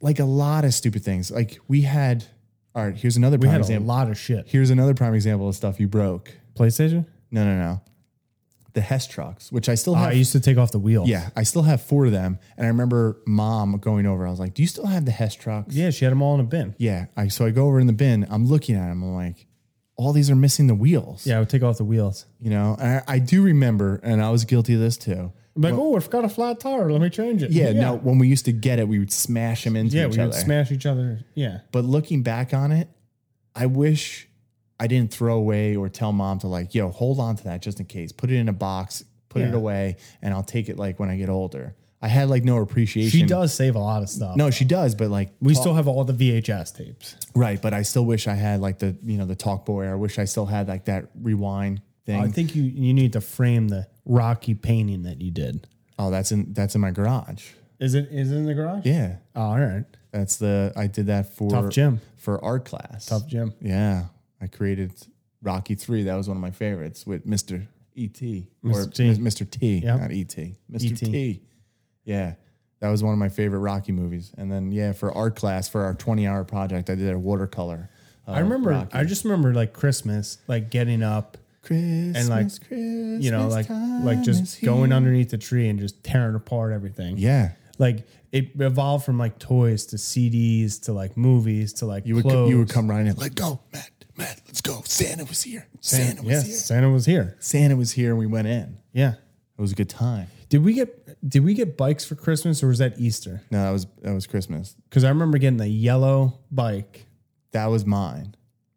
[SPEAKER 3] like a lot of stupid things. Like we had. All right, here's another
[SPEAKER 4] We
[SPEAKER 3] prime
[SPEAKER 4] had a
[SPEAKER 3] example.
[SPEAKER 4] lot of shit.
[SPEAKER 3] Here's another prime example of stuff you broke.
[SPEAKER 4] PlayStation.
[SPEAKER 3] No, no, no. The Hess trucks, which I still
[SPEAKER 4] Oh, I
[SPEAKER 3] have.
[SPEAKER 4] used to take off the wheel.
[SPEAKER 3] yeah, I still have four of them. And I remember mom going over. I was like, "Do you still have the Hess trucks?"
[SPEAKER 4] Yeah, she had them all in a bin.
[SPEAKER 3] Yeah. I, so I go over in the bin. I'm looking at them. I'm like, "All these are missing the wheels."
[SPEAKER 4] Yeah, I would take off the wheels.
[SPEAKER 3] You know, and I, I do remember, and I was guilty of this too.
[SPEAKER 4] I'm like, oh, I forgot a flat tire. Let me change it.
[SPEAKER 3] Yeah. No, when we used to get it, we would smash them into
[SPEAKER 4] Yeah,
[SPEAKER 3] each
[SPEAKER 4] we
[SPEAKER 3] other.
[SPEAKER 4] would smash each other. Yeah.
[SPEAKER 3] But looking back on it, I wish I didn't throw away or tell mom to like, yo, hold on to that just in case. Put it in a box, put it
[SPEAKER 4] Yeah.
[SPEAKER 3] away, and I'll take it like when I get older. I had like no appreciation.
[SPEAKER 4] She does save a lot of stuff.
[SPEAKER 3] No, she does, but like
[SPEAKER 4] we
[SPEAKER 3] talk-
[SPEAKER 4] still have all the VHS tapes.
[SPEAKER 3] right. But I still wish I had like the you know the talk boy. I wish I still had like that rewind thing.
[SPEAKER 4] I think you you need to frame the Rocky painting that you did.
[SPEAKER 3] oh, that's in that's in my garage.
[SPEAKER 4] Is it is it in the garage?
[SPEAKER 3] Yeah,
[SPEAKER 4] Oh, all right.
[SPEAKER 3] that's the I did that for
[SPEAKER 4] Tough Jim.
[SPEAKER 3] for art class.
[SPEAKER 4] Tough Jim.
[SPEAKER 3] Yeah, I created Rocky Three. That was one of my favorites with Mister E. T. or
[SPEAKER 4] Mr. T.
[SPEAKER 3] Mister T.
[SPEAKER 4] Yep.
[SPEAKER 3] Not E. T. Mister
[SPEAKER 4] E.T..
[SPEAKER 3] T. Yeah, that was one of my favorite Rocky movies. And then yeah, for art class for our twenty-hour project, I did a watercolor. Uh, of
[SPEAKER 4] I remember.
[SPEAKER 3] Oh, Rocky.
[SPEAKER 4] I just remember like Christmas, like getting up,
[SPEAKER 3] Christmas,
[SPEAKER 4] and, like,
[SPEAKER 3] Christmas
[SPEAKER 4] you know, like
[SPEAKER 3] time
[SPEAKER 4] like
[SPEAKER 3] is
[SPEAKER 4] just going
[SPEAKER 3] here.
[SPEAKER 4] underneath the tree and just tearing apart everything.
[SPEAKER 3] Yeah,
[SPEAKER 4] Like it evolved from like toys to CDs to like movies to like
[SPEAKER 3] you would
[SPEAKER 4] clothes.
[SPEAKER 3] you would come running. in, Let go, Matt. Matt, let's go. Santa was here. Santa, was
[SPEAKER 4] yeah,
[SPEAKER 3] here.
[SPEAKER 4] Santa was here.
[SPEAKER 3] Santa was here, and we went in.
[SPEAKER 4] Yeah.
[SPEAKER 3] It was a good time.
[SPEAKER 4] Did we get did we get bikes for Christmas or was that Easter?
[SPEAKER 3] No, that was that was Christmas.
[SPEAKER 4] Because I remember getting the yellow bike.
[SPEAKER 3] That was mine.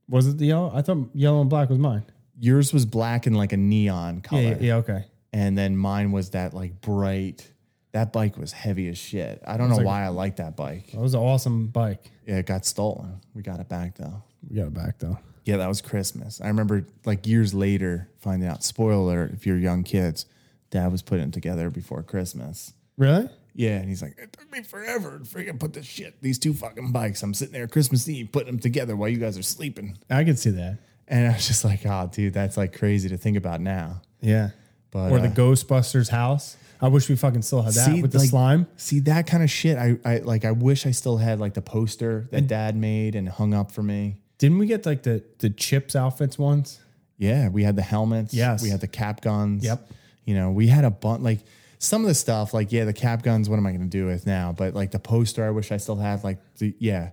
[SPEAKER 4] Was it the yellow? I thought yellow and black was mine.
[SPEAKER 3] yours was black and like a neon
[SPEAKER 4] Yeah,
[SPEAKER 3] color.
[SPEAKER 4] yeah, yeah, okay.
[SPEAKER 3] And then mine was that like bright. That bike was heavy as shit. I don't know why I liked that bike.
[SPEAKER 4] That was an awesome bike.
[SPEAKER 3] Yeah, it got stolen. We got it back though.
[SPEAKER 4] We got it back though.
[SPEAKER 3] Yeah, that was Christmas. I remember like years later finding out, spoiler alert, if you're young kids, dad was putting it together before Christmas.
[SPEAKER 4] Really?
[SPEAKER 3] Yeah, and he's like, it took me forever to freaking put this shit, these two fucking bikes. I'm sitting there Christmas Eve putting them together while you guys are sleeping.
[SPEAKER 4] I could see that.
[SPEAKER 3] And I was just like, oh, dude, that's like crazy to think about now.
[SPEAKER 4] Yeah.
[SPEAKER 3] But
[SPEAKER 4] or the
[SPEAKER 3] uh,
[SPEAKER 4] Ghostbusters house. I wish we fucking still had that with the
[SPEAKER 3] like-
[SPEAKER 4] slime.
[SPEAKER 3] See that kind of shit. I, I like. I wish I still had like the poster
[SPEAKER 4] Mm.
[SPEAKER 3] that Dad made and hung up for me.
[SPEAKER 4] Didn't we get like the the chips outfits once?
[SPEAKER 3] Yeah, we had the helmets.
[SPEAKER 4] Yes.
[SPEAKER 3] we had the cap guns.
[SPEAKER 4] Yep.
[SPEAKER 3] You know, we had a bunch like some of the stuff. Like, yeah, the cap guns. What am I going to do with now? But like the poster, I wish I still had. Like the yeah,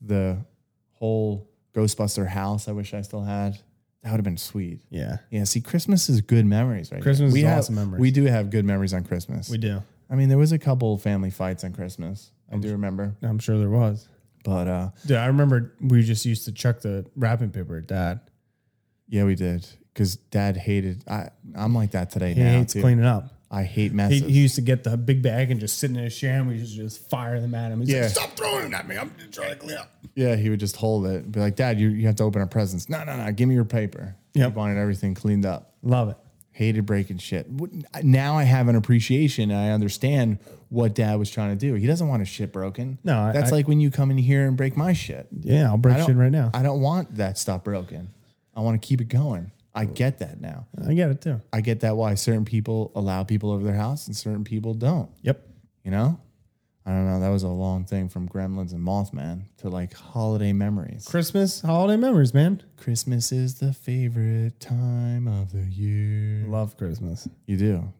[SPEAKER 3] the whole Ghostbuster house. I wish I still had. That would have been sweet.
[SPEAKER 4] Yeah.
[SPEAKER 3] Yeah. See, Christmas is good memories, right?
[SPEAKER 4] Christmas
[SPEAKER 3] we
[SPEAKER 4] is
[SPEAKER 3] have,
[SPEAKER 4] awesome memories.
[SPEAKER 3] We do have good memories on Christmas.
[SPEAKER 4] We do.
[SPEAKER 3] I mean, there was a couple family fights on Christmas. I do remember.
[SPEAKER 4] I'm sure there was.
[SPEAKER 3] But uh
[SPEAKER 4] Dude, I remember we just used to chuck the wrapping paper at dad.
[SPEAKER 3] yeah, we did. Cause dad hated I I'm like that today
[SPEAKER 4] He
[SPEAKER 3] now.
[SPEAKER 4] hates
[SPEAKER 3] too.
[SPEAKER 4] cleaning up.
[SPEAKER 3] I hate
[SPEAKER 4] He,
[SPEAKER 3] messes.
[SPEAKER 4] he used to get the big bag and just sit in his chair and we just, just fire them at him. He's
[SPEAKER 3] Yeah.
[SPEAKER 4] like, stop throwing it at me. I'm just trying to clean up.
[SPEAKER 3] yeah, he would just hold it. and Be like, Dad, you, you have to open our presents. No, no, no. Give me your paper. Yeah,
[SPEAKER 4] Yep.
[SPEAKER 3] He wanted everything cleaned up.
[SPEAKER 4] Love it.
[SPEAKER 3] Hated breaking shit. Wouldn't- Now I have an appreciation. And I understand what dad was trying to do. He doesn't want his shit broken.
[SPEAKER 4] No, I-
[SPEAKER 3] that's
[SPEAKER 4] I-
[SPEAKER 3] like when you come in here and break my shit.
[SPEAKER 4] Yeah, I'll
[SPEAKER 3] I
[SPEAKER 4] break
[SPEAKER 3] don't-
[SPEAKER 4] shit right now.
[SPEAKER 3] I don't want that stuff broken. I want to keep it going. I I get that now.
[SPEAKER 4] I get it too.
[SPEAKER 3] I get that why certain people allow people over their house and certain people don't.
[SPEAKER 4] Yep.
[SPEAKER 3] You know? I don't know. That was a long thing from Gremlins and Mothman to like holiday memories.
[SPEAKER 4] Christmas holiday memories, man.
[SPEAKER 3] Christmas is the favorite time of the year.
[SPEAKER 4] Love Christmas.
[SPEAKER 3] You do.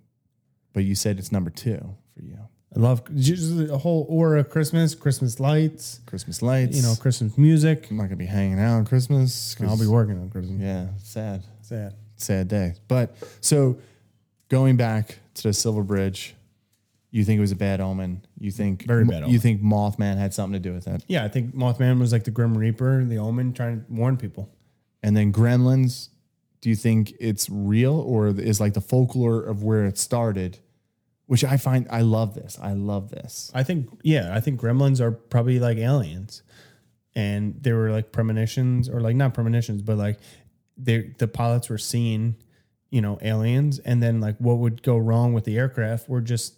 [SPEAKER 3] But you said it's number two for you.
[SPEAKER 4] I love just the whole aura of Christmas, Christmas lights,
[SPEAKER 3] Christmas lights.
[SPEAKER 4] you know, Christmas music.
[SPEAKER 3] I'm not going to be hanging out on Christmas. 'cause-
[SPEAKER 4] I'll be working on Christmas.
[SPEAKER 3] Yeah, sad.
[SPEAKER 4] Sad.
[SPEAKER 3] Sad day. But so going back to the Silver Bridge, you think it was a bad omen. You think
[SPEAKER 4] Very bad
[SPEAKER 3] You
[SPEAKER 4] omen.
[SPEAKER 3] think Mothman had something to do with it.
[SPEAKER 4] Yeah, I think Mothman was like the Grim Reaper, the Omen, trying to warn people.
[SPEAKER 3] And then Gremlins, do you think it's real or is like the folklore of where it started? Which I find I love this. I love this.
[SPEAKER 4] I think, yeah, I think gremlins are probably like aliens, and they were like premonitions, or like not premonitions, but like they the pilots were seeing, you know, aliens, and then like what would go wrong with the aircraft were just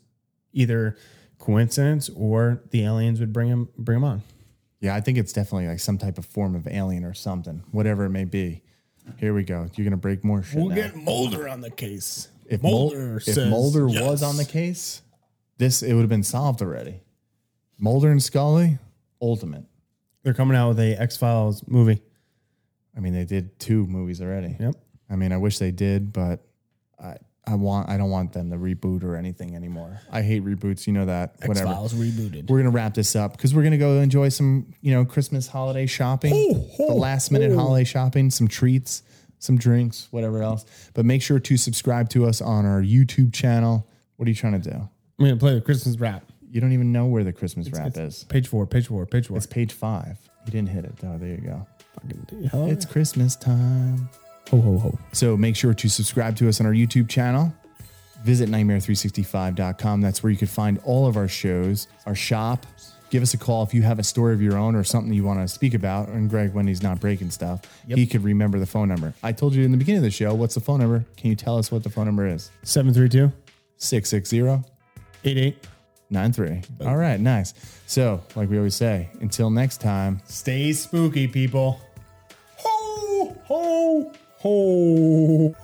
[SPEAKER 4] either coincidence or the aliens would bring them bring them on.
[SPEAKER 3] Yeah, I think it's definitely like some type of form of alien or something, whatever it may be. Here we go. You're gonna break more shit. now.
[SPEAKER 4] Mulder on the case.
[SPEAKER 3] if Mulder, if Mulder was on the case, this it would have been solved already. Mulder and Scully, ultimate.
[SPEAKER 4] they're coming out with a X Files movie.
[SPEAKER 3] I mean, they did two movies already.
[SPEAKER 4] Yep.
[SPEAKER 3] I mean, I wish they did, but I I want I don't want them to reboot or anything anymore. I hate reboots. You know that. Whatever.
[SPEAKER 4] rebooted.
[SPEAKER 3] We're gonna wrap this up because we're gonna go enjoy some you know Christmas holiday shopping, the last minute holiday shopping, some treats, some drinks, whatever else. But make sure to subscribe to us on our YouTube channel. What are you trying to do?
[SPEAKER 4] I'm gonna play the Christmas rap.
[SPEAKER 3] You don't even know where the Christmas wrap is.
[SPEAKER 4] Page four, page four, page four.
[SPEAKER 3] It's page five. You didn't hit it. Oh, there you go.
[SPEAKER 4] Hell
[SPEAKER 3] It's Christmas time.
[SPEAKER 4] Ho ho ho.
[SPEAKER 3] So make sure to subscribe to us on our YouTube channel. Visit nightmare365.com. That's where you can find all of our shows, our shop. Give us a call if you have a story of your own or something you want to speak about. And Greg, when he's not breaking stuff, he could remember the phone number. I told you in the beginning of the show, what's the phone number? Can you tell us what the phone number is?
[SPEAKER 4] 732
[SPEAKER 3] 660
[SPEAKER 4] 88.
[SPEAKER 3] Nine three. All right, nice. So, like we always say, until next time,
[SPEAKER 4] Stay spooky, people. Ho ho ho.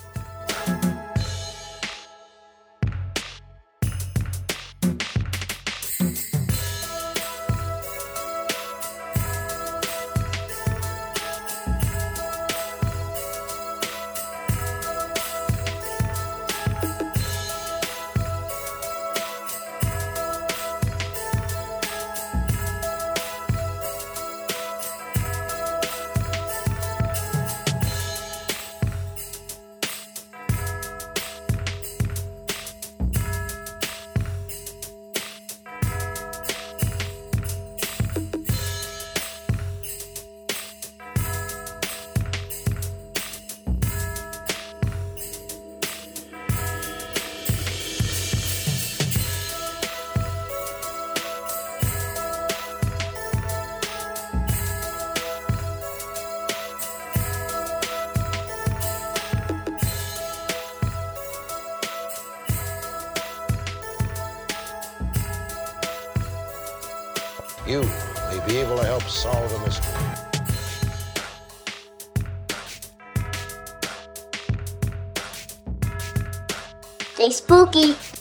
[SPEAKER 12] You may be able to help solve the mystery.
[SPEAKER 13] Stay spooky.